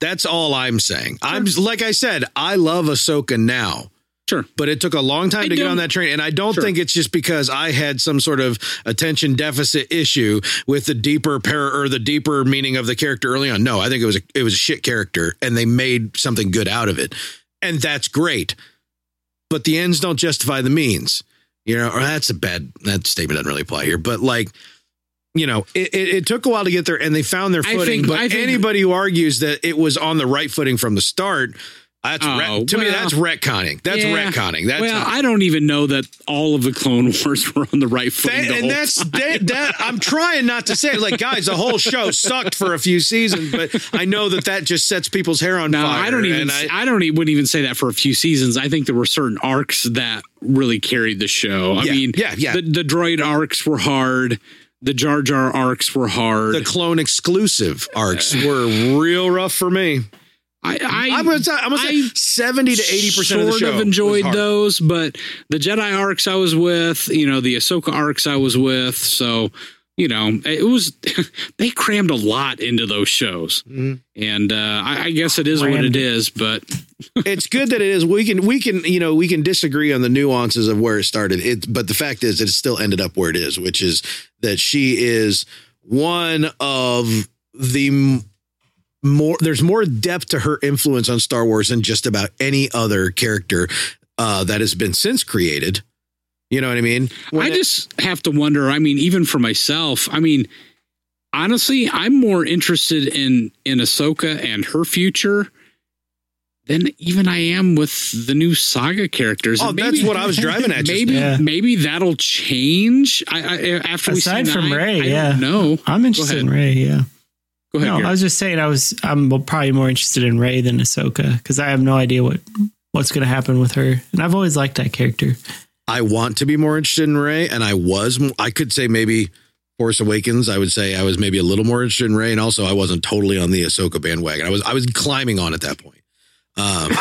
S1: That's all I'm saying. I'm like I said, I love Ahsoka now.
S3: Sure.
S1: But it took a long time
S3: I
S1: to get
S3: don't-
S1: on that train. And I don't
S3: Sure.
S1: think it's just because I had some sort of attention deficit issue with the deeper para or the deeper meaning of the character early on. No, I think it was a, it was a shit character and they made something good out of it. And that's great. But the ends don't justify the means. You know, or that's a bad that statement doesn't really apply here. But like you know, it, it, it took a while to get there, and they found their
S3: I
S1: footing.
S3: think-
S1: but
S3: I think-
S1: anybody who argues that it was on the right footing from the start, that's
S3: Oh,
S1: ret- to me
S3: well.
S1: that's retconning. That's
S3: Yeah.
S1: retconning. That's
S3: well,
S1: not-
S3: I don't even know that all of the Clone Wars were on the right foot.
S1: That- and that's that, that. I'm trying not to say like, guys, the whole show sucked for a few seasons, but I know that that just sets people's hair on
S3: No,
S1: fire.
S3: I don't even.
S1: and
S3: I,
S1: I-
S3: don't even wouldn't even say that for a few seasons. I think there were certain arcs that really carried the show. I
S1: Yeah,
S3: mean,
S1: yeah, yeah.
S3: The, the droid arcs were hard. The Jar Jar arcs were hard.
S1: the clone exclusive arcs were real rough for me.
S3: I, I,
S1: I'm gonna, say- I'm gonna say
S3: I
S1: seventy to eighty percent of the
S3: sort
S1: show. was
S3: enjoyed
S1: hard.
S3: those, but the Jedi arcs I was with, you know, the Ahsoka arcs I was with, so you know, it was they crammed a lot into those shows,
S1: Mm-hmm.
S3: and uh, I, I guess it is what it
S5: Crammed.
S3: is. But
S1: it's good that it is. We can we can you know we can disagree on the nuances of where it started. It but the fact is it still ended up where it is, which is that she is one of the m- more. There's more depth to her influence on Star Wars than just about any other character uh, that has been since created. You know what I mean? When
S3: I
S1: it-
S3: just have to wonder. I mean, even for myself, I mean, honestly, I'm more interested in in Ahsoka and her future than even I am with the new saga characters.
S1: oh,
S3: And
S1: that's what I was driving at. just
S3: Maybe
S5: Yeah.
S3: maybe that'll change. I, I after
S5: Aside
S3: we see
S5: from
S3: nine,
S5: Rey,
S3: I
S5: yeah.
S3: No,
S5: I'm interested in
S3: ahead.
S5: Ray. Yeah.
S3: go ahead.
S5: No,
S3: Garrett.
S5: I was just saying I was I'm probably more interested in Ray than Ahsoka because I have no idea what what's going to happen with her, and I've always liked that character.
S1: I want to be more interested in Ray, and I was. mo- I could say maybe Force Awakens. I would say I was maybe a little more interested in Ray, and also I wasn't totally on the Ahsoka bandwagon. I was I was climbing on at that point. Um,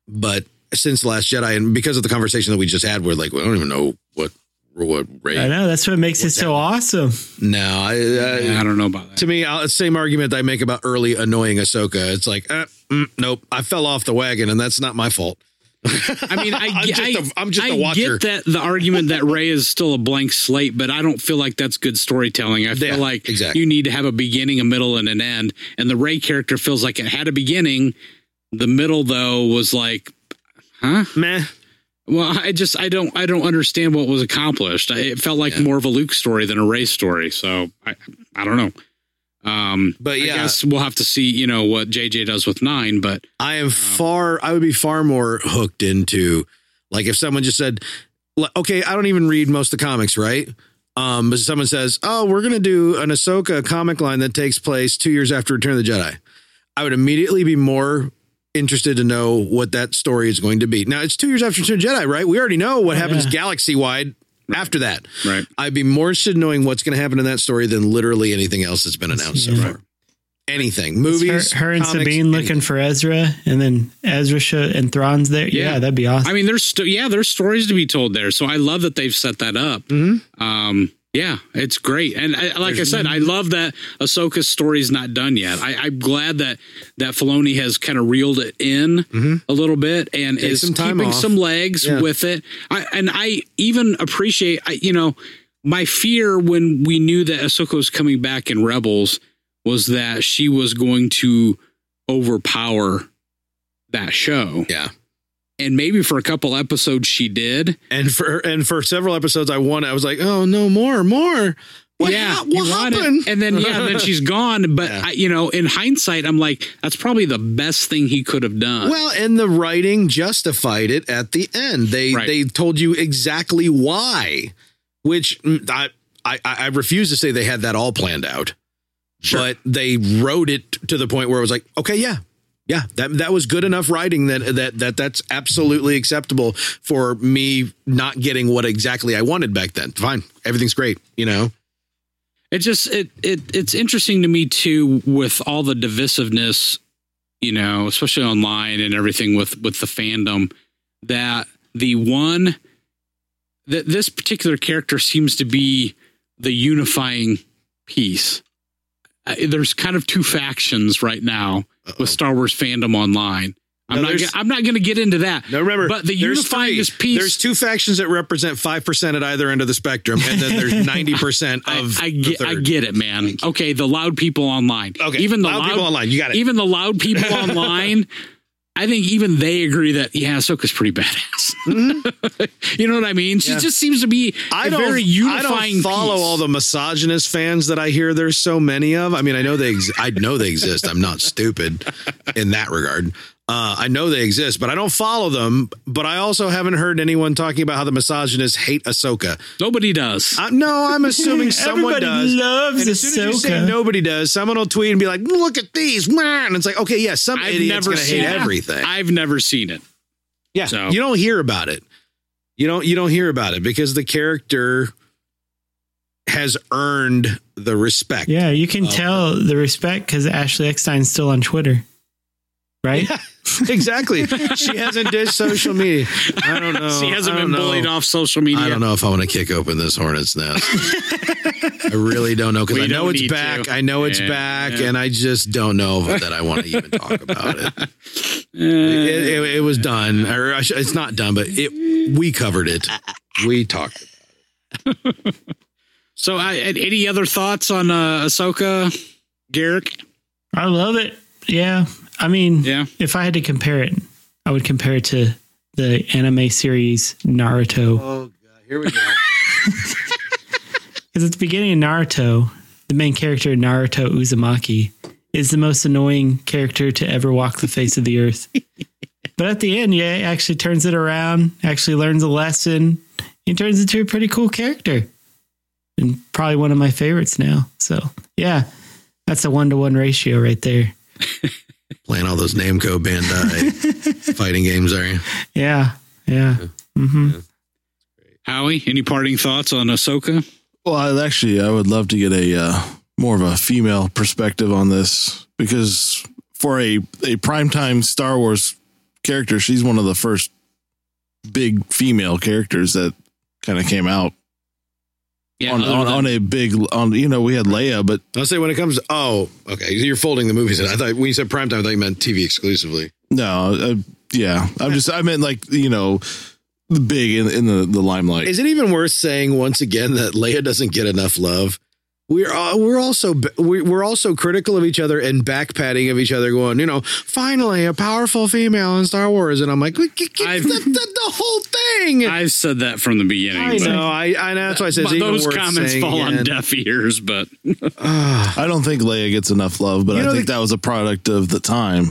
S1: but since Last Jedi, and because of the conversation that we just had, we're like, we don't even know what what
S5: I
S1: Ray.
S5: know that's what makes it so awesome.
S1: No, I, I,
S3: Yeah, I don't know about that.
S1: to me, I'll, same argument that I make about early annoying Ahsoka. It's like, eh, mm, nope, I fell off the wagon, and that's not my fault.
S3: I mean, I,
S1: I'm
S3: ge-
S1: just
S3: I-
S1: a- I'm just a
S3: I
S1: watcher.
S3: get that the argument that Ray is still a blank slate, but I don't feel like that's good storytelling. I feel
S1: Yeah,
S3: like
S1: exactly.
S3: you need to have a beginning, a middle, and an end. And the Ray character feels like it had a beginning. The middle, though, was like, huh?
S1: Meh.
S3: Well, I just I don't I don't understand what was accomplished. I- It felt like more of a Luke story than a Ray story. So I I don't know. Um,
S1: But yeah.
S3: I guess we'll have to see. You know what JJ does with nine, but
S1: I am far. I would be far more hooked into like if someone just said, like, "Okay, I don't even read most of the comics, right?" Um, but someone says, "Oh, we're gonna do an Ahsoka comic line that takes place two years after Return of the Jedi," I would immediately be more interested to know what that story is going to be. Now it's two years after Return of the Jedi, right? We already know what happens
S5: yeah.
S1: galaxy wide after that.
S3: right.
S1: I'd be more interested in knowing what's going to happen in that story than literally anything else that's been announced so
S5: Yeah.
S1: far. Anything, movies,
S5: her, her and
S1: comics,
S5: Sabine
S1: anything.
S5: looking for Ezra, and then Ezra should, and Thrawn's there. Yeah,
S3: Yeah.
S5: that'd be awesome.
S3: I mean, there's st- yeah, there's stories to be told there. So I love that they've set that up.
S1: Mm-hmm.
S3: Um, yeah, it's great. And I, like I said, I love that Ahsoka's story's not done yet. I, I'm glad that that Filoni has kind of reeled it in a little bit and is
S1: Mm-hmm. some time
S3: keeping
S1: off.
S3: some legs
S1: Yeah.
S3: with it. I, and I even appreciate, I, you know, my fear when we knew that Ahsoka was coming back in Rebels was that she was going to overpower that show
S1: Yeah.
S3: and maybe for a couple episodes she did.
S1: And for and for several episodes, I won. I was like, oh no, more, more. What, yeah,
S3: you
S1: what
S3: want it.
S1: happened?
S3: And then yeah, and then she's gone. But
S1: Yeah.
S3: I, you know, in hindsight, I'm like, that's probably the best thing he could have done.
S1: well, and the writing justified it at the end. They
S3: Right.
S1: they told you exactly why, which mm, I, I I refuse to say they had that all planned out, but they wrote it to the point where I was like, okay, yeah. Yeah, that that was good enough writing that that that that's absolutely acceptable for me not getting what exactly I wanted back then. Fine, everything's great, you know.
S3: it just it, it it's interesting to me too with all the divisiveness, you know, especially online and everything with with the fandom that the one that this particular character seems to be the unifying piece. Uh, There's kind of two factions right now
S1: Uh-oh.
S3: with Star Wars fandom online. I'm
S1: No,
S3: not.
S1: there's-
S3: Gonna, I'm not going to get into that.
S1: Now remember,
S3: but the
S1: there's
S3: unifying
S1: three.
S3: is piece.
S1: There's two factions that represent five percent at either end of the spectrum, and then there's ninety percent
S3: I,
S1: of.
S3: I get.
S1: the
S3: I
S1: third.
S3: get it, man. Okay, the loud people online.
S1: Okay,
S3: even the
S1: loud
S3: loud,
S1: people online, you got it.
S3: Even the loud people online. I think even they agree that yeah, Ahsoka's pretty badass. you know what I mean? She just seems to be
S1: I
S3: a
S1: don't.
S3: very
S1: I
S3: unifying.
S1: don't follow
S3: piece.
S1: all the misogynist fans that I hear. There's so many of. I mean, I know they. Ex- I know they exist. I'm not stupid in that regard. Uh, I know they exist, but I don't follow them. But I also haven't heard anyone talking about how the misogynists hate Ahsoka.
S3: Nobody does.
S1: I, no, I'm assuming someone
S5: Everybody
S1: does.
S5: loves
S1: And as soon as you say
S5: Ahsoka.
S1: nobody does, someone will tweet and be like, "Look at these!" Wah! And it's like, okay, yeah, some
S3: I've
S1: idiot's
S3: never
S1: gonna hate
S3: seen it.
S1: everything.
S3: I've never seen it.
S1: Yeah,
S3: So-
S1: you don't hear about it. You don't you don't hear about it because the character has earned the respect.
S5: yeah, you can
S1: Oh.
S5: tell the respect because Ashley Eckstein's still on Twitter, right?
S1: exactly. she hasn't did social media. I don't know.
S3: she hasn't
S1: Oh, I don't
S3: been
S1: know.
S3: bullied off social media.
S1: I don't know if I want to kick open this hornet's nest. I really don't know because
S3: We
S1: I know
S3: don't
S1: it's
S3: need
S1: back.
S3: to.
S1: I know it's
S3: Yeah,
S1: back,
S3: yeah.
S1: and I just don't know that I want to even talk about it.
S3: Eh.
S1: it, it, it was done, or I sh- it's not done, but it we covered it. We talked.
S3: So, I, and any other thoughts on uh, Ahsoka, Garrick?
S5: I love it. Yeah, I mean,
S3: Yeah.
S5: if I had to compare it, I would compare it to the anime series Naruto.
S1: Oh, Here we go.
S5: Because at the beginning of Naruto, the main character, Naruto Uzumaki, is the most annoying character to ever walk the face of the earth. But at the end, yeah, he actually turns it around, actually learns a lesson. He turns into a pretty cool character. And probably one of my favorites now. So, yeah, that's a one to one ratio right there.
S6: Playing all those Namco Bandai fighting games, are you?
S5: Yeah, yeah. hmm
S3: Howie, any parting thoughts on Ahsoka?
S4: Well, I'd actually, I would love to get a uh, more of a female perspective on this because for a a primetime Star Wars character, she's one of the first big female characters that kind of came out
S3: Yeah,
S4: on,
S3: other
S4: on,
S3: than-
S4: on a big on. You know, we had Leia, but
S1: I'll say when it comes. Oh, okay. You're folding the movies. in. I thought when you said primetime, I thought you meant TV exclusively.
S4: no, uh, yeah, I'm just I meant like you know, big in in the the limelight.
S1: Is it even worth saying once again that Leia doesn't get enough love? We're all, we're also we're also critical of each other and backpatting of each other, going, you know, finally a powerful female in Star Wars, and I'm like, "Look, get- get
S3: I've-
S1: the, the, the whole thing.
S3: I've said that from the beginning.
S5: I
S3: but-
S5: know.
S1: no, I, I know that's why I said it's
S3: but
S1: even
S3: those
S1: worth
S3: comments
S1: saying
S3: fall on
S1: again.
S3: deaf ears, but
S1: Ah.
S4: I don't think Leia gets enough love, but
S1: You
S4: I
S1: know,
S4: think
S1: the-
S4: that was a product of the time.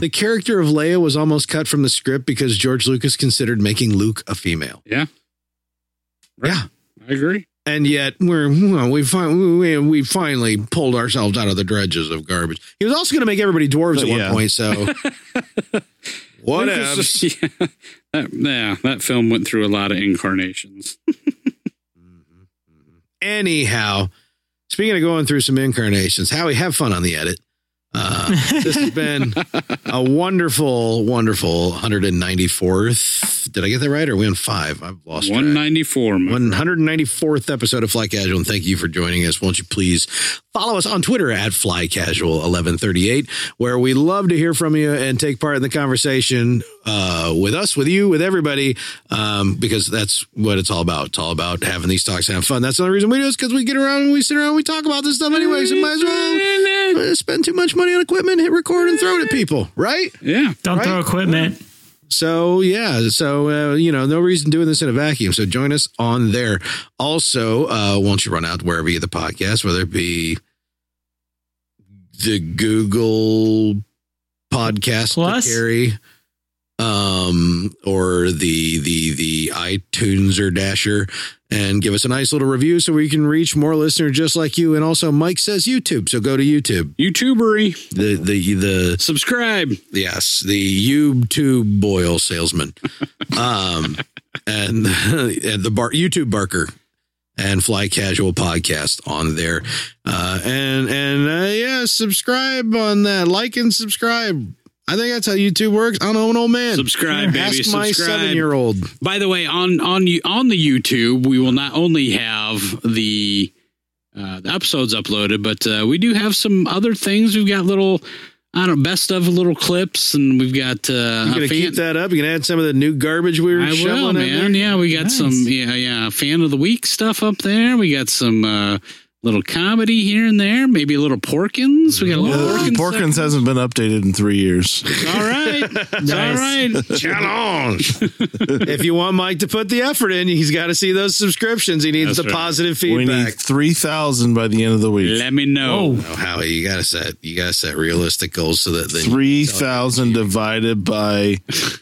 S1: the character of Leia was almost cut from the script because George Lucas considered making Luke a female.
S3: yeah,
S1: Yeah,
S3: I agree.
S1: and yet we're well, we fin- we we finally pulled ourselves out of the dredges of garbage. He was also going to make everybody dwarves
S4: But
S1: at one
S4: yeah.
S1: point, so what
S3: Lucas
S1: else?
S3: just- yeah, that, yeah, that film went through a lot of incarnations.
S1: Anyhow, speaking of going through some incarnations, Howie, have fun on the edit. Uh, this has been a wonderful, wonderful 194th. Did I get that right? Or are we on five? I've lost track.
S3: One ninety four.
S1: 194th episode of Fly Casual, and thank you for joining us. Won't you please follow us on Twitter at Fly Casual 1138, where we love to hear from you and take part in the conversation uh, with us, with you, with everybody, um, because that's what it's all about. It's all about having these talks, and having fun. That's the only reason we do it, because we get around and we sit around and we talk about this stuff anyway. So might as well uh, spend too much money on equipment, hit record, and throw it at people, right?
S3: Yeah,
S5: Don't
S1: Right?
S5: throw equipment.
S1: So yeah, so uh, you know, no reason doing this in a vacuum. So join us on there. Also, uh, once you run out wherever you get the podcast, whether it be the Google Podcast
S5: Plus?
S1: Carry, um, or the the the iTunes or Dasher, and give us a nice little review so we can reach more listeners just like you. And also, Mike says YouTube, so go to YouTube.
S3: YouTubery,
S1: The the the
S3: subscribe.
S1: Yes, the YouTube boil salesman, um, and, and the bar, YouTube barker, and Fly Casual podcast on there, uh, and and uh, yeah, subscribe on that, like and subscribe. I think that's how YouTube works. I don't know an old man.
S3: Subscribe, baby.
S1: Ask my
S3: subscribe.
S1: seven-year-old.
S3: By the way, on on you on the YouTube, we will not only have the uh, the episodes uploaded, but uh, we do have some other things. We've got little, I don't know, best of little clips, and we've got uh,
S1: You gonna
S3: a fan-
S1: keep that up? You can add some of the new garbage we were
S3: I
S1: shoveling
S3: will,
S1: in
S3: man.
S1: there?
S3: Yeah, we got
S5: Nice.
S3: some yeah, yeah, fan of the week stuff up there. We got some uh little comedy here and there, maybe a little Porkins. We got a
S4: Yeah,
S3: little Porkins.
S4: Porkins hasn't been updated in three years.
S3: All right. All right.
S1: Challenge. if you want Mike to put the effort in, he's got to see those subscriptions. He needs
S3: That's
S1: the
S3: right.
S1: positive
S4: We
S1: feedback.
S4: need three thousand by the end of the week.
S3: Let me know.
S5: Oh,
S1: No, Howie, you gotta set you gotta set realistic goals so that then
S4: Three thousand divided by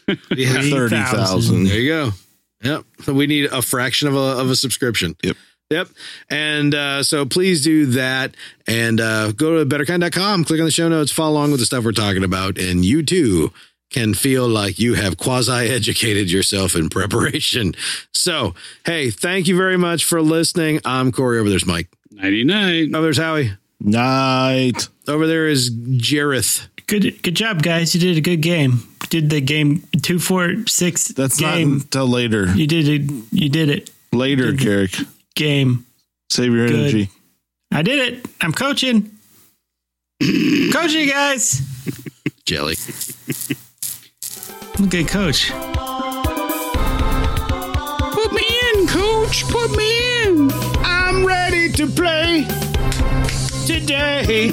S1: Yeah, there
S4: thirty thousand.
S1: you go. Yep, So we need a fraction of a of a subscription.
S4: Yep.
S1: Yep. And uh, so please do that and uh, go to betterkind.com, click on the show notes, follow along with the stuff we're talking about, and you too can feel like you have quasi educated yourself in preparation. So, hey, thank you very much for listening. I'm Corey. Over there's Mike.
S3: Ninety nine.
S1: Over there's Howie.
S4: Night.
S1: Over there is Jareth.
S5: good, good job, guys. You did a good game. Did the game two, four, six.
S4: That's
S5: game.
S4: not until later.
S5: You did it. You did it.
S4: Later, Carrick.
S5: Game.
S4: Save your
S5: Good.
S4: energy.
S5: I did it. I'm coaching. coaching you guys.
S1: Jelly.
S5: I'm a good coach.
S3: Put me in, coach. Put me in.
S1: I'm ready to play today.